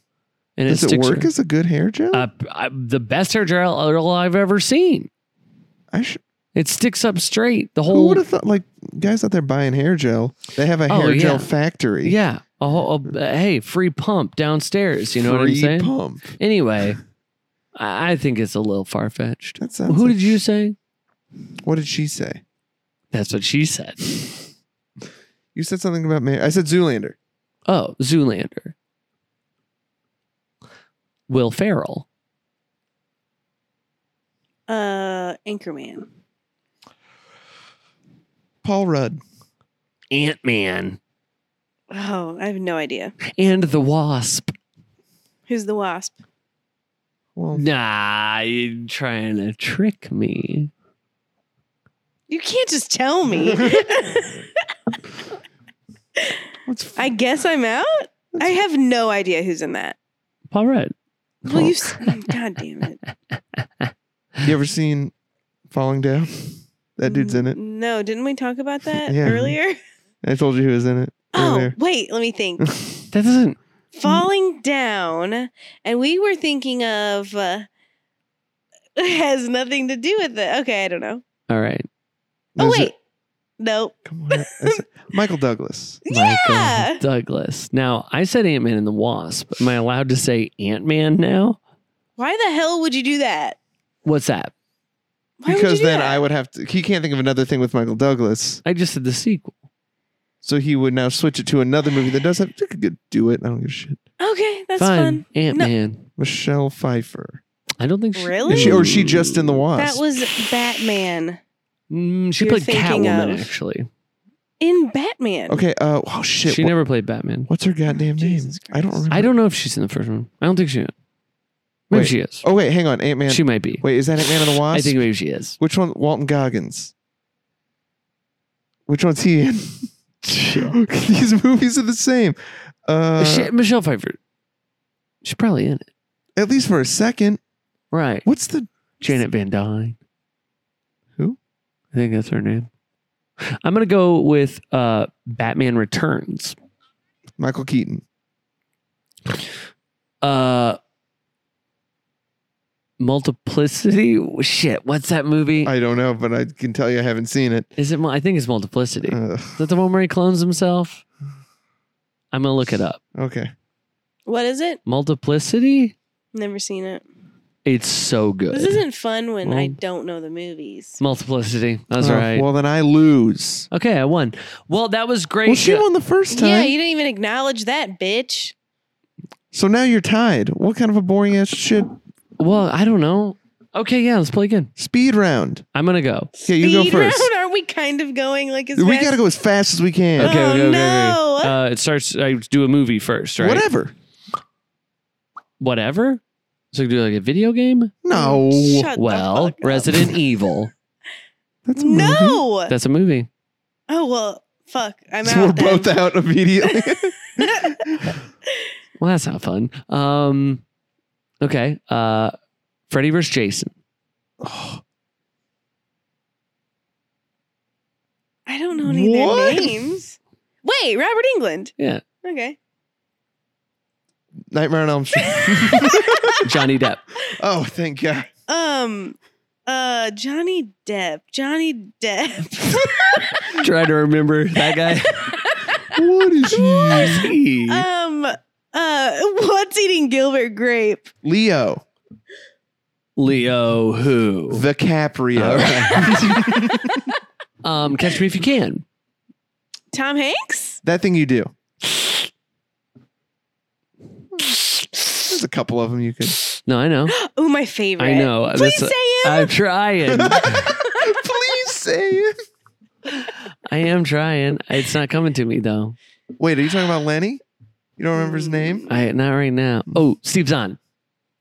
And Does it sticks work her- as a good hair gel? uh, I- the best hair gel I've ever seen. I should, It sticks up straight. The who whole would have thought? Like guys out there buying hair gel, they have a Oh, hair gel yeah. factory. yeah. A whole, a- hey, free pump downstairs. You know what I'm Free saying? Pump. Anyway, I I think it's a little far fetched. That sounds. Who like- did you say? What did she say? That's what she said. You said something about Mary. I said Zoolander. Oh, Zoolander. Will Ferrell. Uh, Anchorman. Paul Rudd. Ant Man. Oh, I have no idea. And the Wasp. Who's the wasp? Well, Nah, you're trying to trick me. You can't just tell me. what's f- I guess I'm out. I have no idea who's in that. Paul Rudd. Well, you. s- God damn it. you ever seen Falling Down? That dude's in it. No, didn't we talk about that Yeah. earlier? I told you who was in it. Oh, earlier. wait, let me think. That doesn't. Falling down, and we were thinking of uh, has nothing to do with it. Okay, I don't know. All right. There's Oh a- wait, nope. Come on. I said- Michael Douglas. Yeah! Michael Douglas. Now, I said Ant Man and the Wasp. Am I allowed to say Ant Man now? Why the hell would you do that? What's that? Why would you because do then that? I would have to. He can't think of another thing with Michael Douglas, I just said the sequel. so he would now switch it to another movie that does have. I could do it. I don't give a shit. Okay, that's Fun. fun. Ant No. Man. Michelle Pfeiffer. I don't think she Really? Is she, or is she just in the Wasp? That was Batman Mm, she You're played thinking Catwoman, of- actually. in Batman. okay. Uh, oh shit. she Wha- never played Batman. What's her goddamn name? Jesus I don't Christ. remember. I don't know if she's in the first one. I don't think she. Maybe Wait. she is. Oh wait, hang on. Ant Man. she might be. Wait, is that Ant Man and the Wasp? I think maybe she is. Which one? Walton Goggins. Which one's he in? These movies are the same. Uh, She- Michelle Pfeiffer. She's probably in it. At least for a second. Right. What's the Janet Van Dyne. Who? I think that's her name. I'm gonna go with uh, Batman Returns. Michael Keaton? Uh, Multiplicity. Shit. What's that movie? I don't know, but I can tell you I haven't seen it. is it? mul- I think it's Multiplicity. Ugh, Is that the one where he clones himself? I'm gonna look it up. okay. What is it? Multiplicity? Never seen it. It's so good. This isn't fun when I Well- don't know the movies. Multiplicity. That's Oh, right. Well, then I lose. okay, I won. Well, that was great. Well, she Yeah. won the first time. Yeah, you didn't even acknowledge that, bitch. so now you're tied. What kind of a boring ass shit? well, I don't know. Okay, yeah, let's play again. Speed round. I'm gonna go. Yeah, you go Speed first. round? Are we kind of going like as We fast- gotta go as fast as we can. Okay, Oh, okay, okay. okay. no. Uh, it starts. I do a movie first, right? Whatever. Whatever. So I do like a video game. No. Shut the well, fuck up. Resident Evil. That's a movie. No. That's a movie. Oh well, fuck. I'm So out. we're then. both out immediately. Well, that's not fun. Um, okay. Uh, Freddy vs. Jason. Oh, I don't know any of What? their names. Wait, Robert England. Yeah. Okay. Nightmare on Elm Street. Johnny Depp. oh, thank God. Um uh Johnny Depp. Johnny Depp. Try to remember that guy. What is he? um uh what's eating Gilbert Grape? Leo Leo who? DiCaprio. All Oh. right. um, catch me if you can. Tom Hanks? That thing you do. There's a couple of them you could. No, I know. Oh, my favorite. I know. Please That's- say him. I'm trying. Please say it. I am trying. It's not coming to me though. Wait, are you talking about Lenny? You don't remember his name? I not right now. Oh, Steve's on.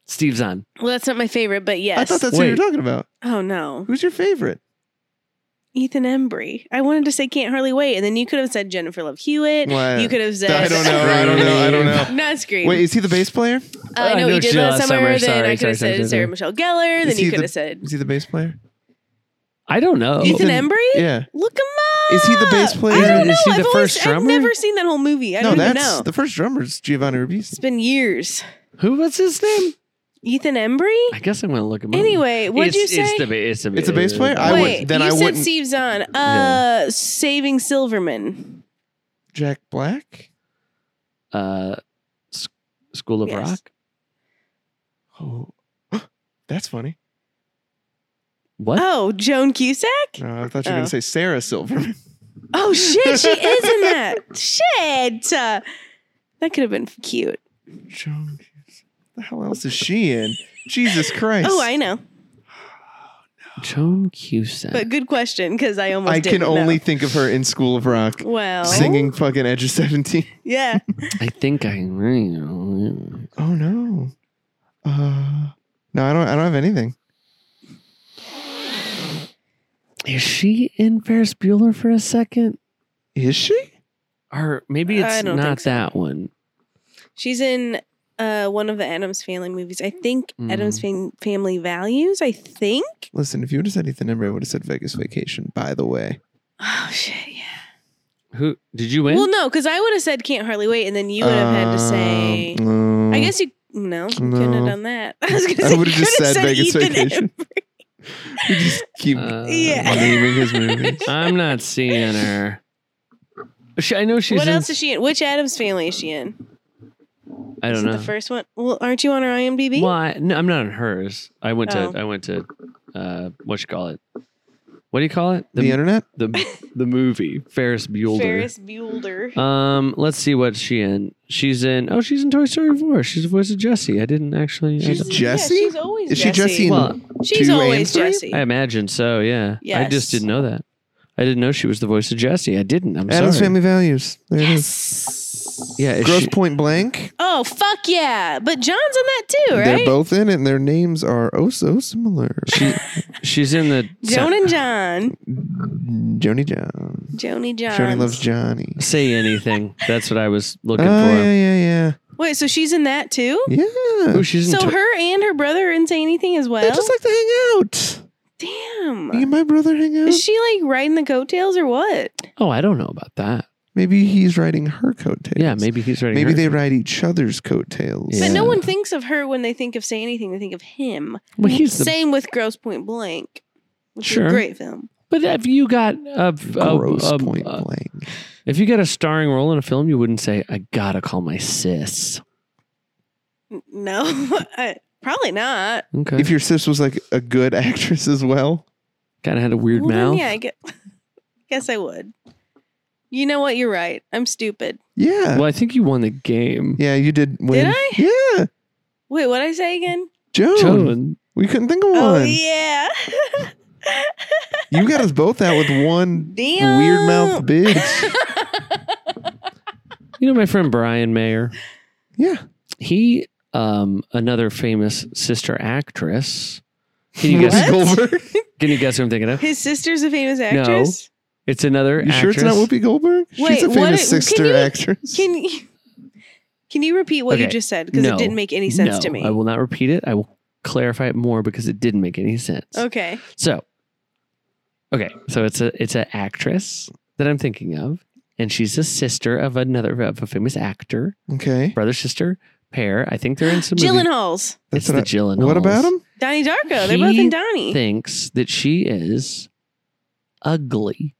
Steve's on. well, that's not my favorite, but I yes. thought that's what you were Wait. talking about. oh no. Who's your favorite? Ethan Embry. I wanted to say can't hardly wait, and then you could have said Jennifer Love Hewitt. Why- You could have said I don't know. I don't know. I don't know. Not Scream. Wait, is he the bass player? Uh, I know what you did last summer. Then Sorry, I could have sorry, said sorry, Sarah sorry. Michelle Gellar. Is Then he you could the- have said Is he the bass player? I don't know. Ethan Ethan- Embry. Yeah. Look him up. Is he the bass player? I Is don't know. he the I've, first always, I've drummer? never seen that whole movie. I no, don't even that's know. the first drummer's Giovanni it's Ribisi. been years. Who was his name? Ethan Embry. I guess I'm gonna look him up. Anyway, what'd it's, you say? It's, the, ba- it's, the, It's a bass player? I Wait, would- then you I said wouldn't- Steve Zahn. Uh, Saving Silverman. Jack Black? uh, S- uh, School of Yes. Rock. Oh. That's funny. What? Oh, Joan Cusack. No, I thought you were Oh. going to say Sarah Silverman. Oh shit, she is in that. Shit, uh, that could have been cute. Jones. The hell else is she in? Jesus Christ. Oh, I know. Joan Cusack. But good question because I almost. I can didn't only Know. think of her in School of Rock Well, singing fucking Edge of 17. Yeah. I think I. know. Oh no. Uh no, I don't I don't have anything. Is she in Ferris Bueller for a second? Is she? Or maybe I it's don't not think so. that one. She's in uh, one of the Adams Family movies. I think Hmm. Mm. Adams fam- Family Values. I think. Listen, if you would have said Ethan Embry, I would have said Vegas Vacation, by the way. Oh shit! Yeah. Who did you win? Well, no, because I would have said "Can't Hardly Wait," and then you would have had to say. Um, um, I guess you no, you couldn't have no. done that. I was gonna I say, would have you just could've said Vegas Ethan Vacation. Embry. We just keep Uh, Yeah. naming his movies. I'm not seeing her. She, I know she's. What in, else is she in? Which Adams Family is she in? I don't Is it know. The first one. Well, aren't you on her IMDb? Well, I, no, I'm not on hers. I went Oh. to. I went to. Uh, what you call it? What do you call it? The, internet? the the movie Ferris Bueller. Ferris Bueller. Uh, Um, let's see what she in. She's in. Oh, she's in Toy Story Four. She's the voice of Jessie. I didn't actually. I, She's don't- Jessie? Yeah, she's always Is she Jessie in Well, She's two always Amsterdam? Jessie. I imagine so. Yeah. I Yes. just didn't know that. I didn't know she was the voice of Jessie. I didn't. I'm Adam's sorry. Family Values. There it is. Yes. Yeah. is Gross she- Point Blank. Oh fuck yeah! But John's in that too, They're right? both in it and their names are oh so similar. She, she's in the. Joan and John. Joni John. Joni John. Joni loves Johnny. Say anything. That's what I was Oh looking yeah, yeah, Wait, so she's in that too? yeah. Yeah. for. Ooh, Oh, she's in. So Toy- her and her brother are in Say Anything as well. They just like to hang out. Me and Damn. my brother hang out. Is she like riding the coattails or what? oh, I don't know about that. Maybe he's riding her coattails. Yeah, maybe he's writing. Maybe her. they ride each other's coattails. Yeah. But no one thinks of her when they think of Say Anything. They think of him. Well, he's the. Same with Gross Point Blank, which is Sure. a great film. But if you got a, a- Gross a- point a- blank. if you got a starring role in a film, you wouldn't say, "I gotta call my sis." N- No, I, probably not. Okay. If your sis was like a good actress as well, kind of had a weird Well, then, mouth. yeah, I guess, guess I would. You know what? You're right. I'm stupid. yeah, Well, I think you won the game. yeah, you did win. I? Yeah, Wait, what I say again? Joan. Joan. We couldn't think of one. Oh yeah. You got us both out with one Damn. weird mouth bitch. You know my friend Brian Mayer. yeah, He, um, another famous sister actress. Can you Whoopi guess? Goldberg. Can you guess who I'm thinking of? His sister's a famous actress. It's another You sure actress. it's not Whoopi Goldberg? She's Wait, a what famous it- sister can you- actress. Can you can you repeat what you Okay. just said? Because No. it didn't make any sense no, to me. I will not Oh. repeat it. I will clarify it more because it didn't make any sense. Okay. So, Okay, so it's a it's an actress that I'm thinking of, and she's a sister of another of a famous actor, Okay. brother sister pair. I think they're in some. movie- Gyllenhaals, That's It's the what Gyllenhaals. What about him? Donnie Darko. They're both He in Donnie. Thinks that she is ugly.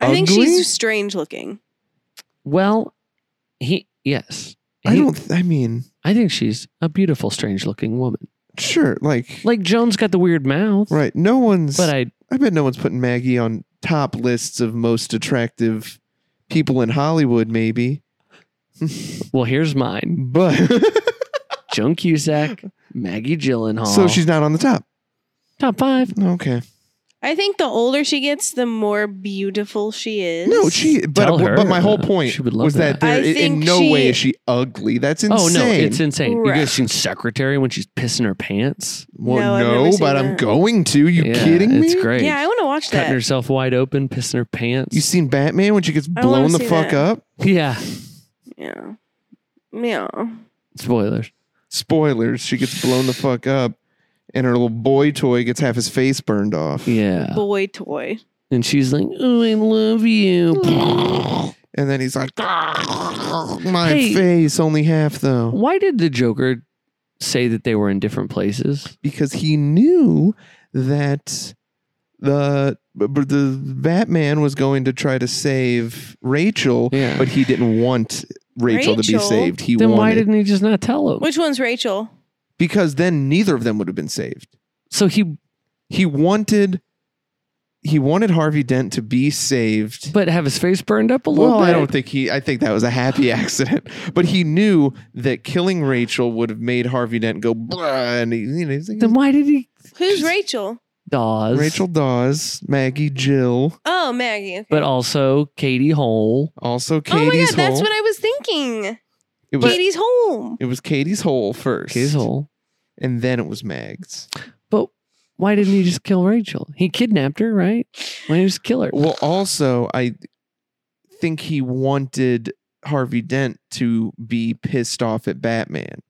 I think Ugly? she's strange looking. Well, he yes. I He- don't. th- I mean, I think she's a beautiful, strange-looking woman. sure. Like, Like Joan's got the weird mouth, right. No one's. But I I bet no one's putting Maggie on top lists of most attractive people in Hollywood, maybe. well, here's mine: But Joan Cusack, Maggie Gyllenhaal. so she's not on the top. top five. Okay. I think the older she gets, the more beautiful she is. No, she. But Tell her, but my whole uh, point she would love was that, that. there, I in- in think no she- way is she ugly. That's insane. Oh no, it's insane. You Right. guys seen Secretary when she's pissing her pants? Well, No, I've no, never seen but I'm that. going to. You Yeah, kidding me? It's great. Yeah, I want to watch Cutting that. herself wide open, pissing her pants. You seen Batman when she gets I wanna blown the see fuck that. up? yeah. Yeah. Yeah. Uh, Spoilers. Spoilers. She gets blown the fuck up, and her little boy toy gets half his face burned off. Yeah. Boy toy. And she's like, "Oh, I love you." And then he's like, "Ah, my Hey. face, only half though. Why did the Joker say that they were in different places? Because he knew that the b- b- the Batman was going to try to save Rachel, Yeah. but he didn't want Rachel, to be Rachel? saved. He then wanted why didn't he just not tell him? Which one's Rachel? because then neither of them would have been saved. So he, He wanted he wanted Harvey Dent to be saved. but have his face burned up a little Well, bit. I don't think he. I think that was a happy accident. But he knew that killing Rachel would have made Harvey Dent go, Bruh, and he, you know, he's like, Then why did he? Who's Rachel? Dawes. Rachel Dawes, Maggie Jill, Oh, Maggie. But also Katie Hole. also oh my Katie's god, that's hole. what I was thinking. it was. Katie's home. It was Katie's hole first. Katie's Hole. and then it was Mag's. But why didn't he just kill Rachel? He kidnapped her, right? Why didn't he just kill her? Well, also, I think he wanted Harvey Dent to be pissed off at Batman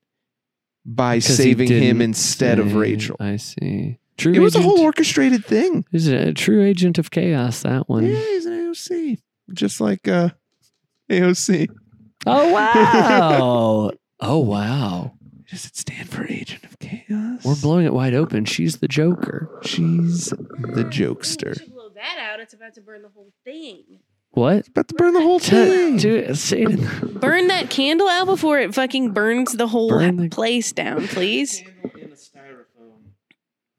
by Because he saving him didn't instead of Right, Rachel. I see. True. It was a agent- whole orchestrated thing. He's a true agent of chaos. That one. Yeah, he's an AOC, just like uh, AOC. Oh wow. oh wow. Does it stand for Agent of Chaos? We're blowing it wide open. She's the Joker. She's the jokester. blow that out. It's about to burn the whole thing. What? About to burn the whole To, thing. to say it. Burn that candle out before it fucking burns the whole Burn the- place down, please.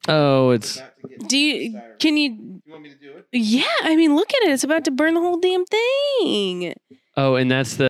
Oh, it's Do you can you You want me to do it? Yeah, I mean look at it. It's about to burn the whole damn thing. oh, and that's the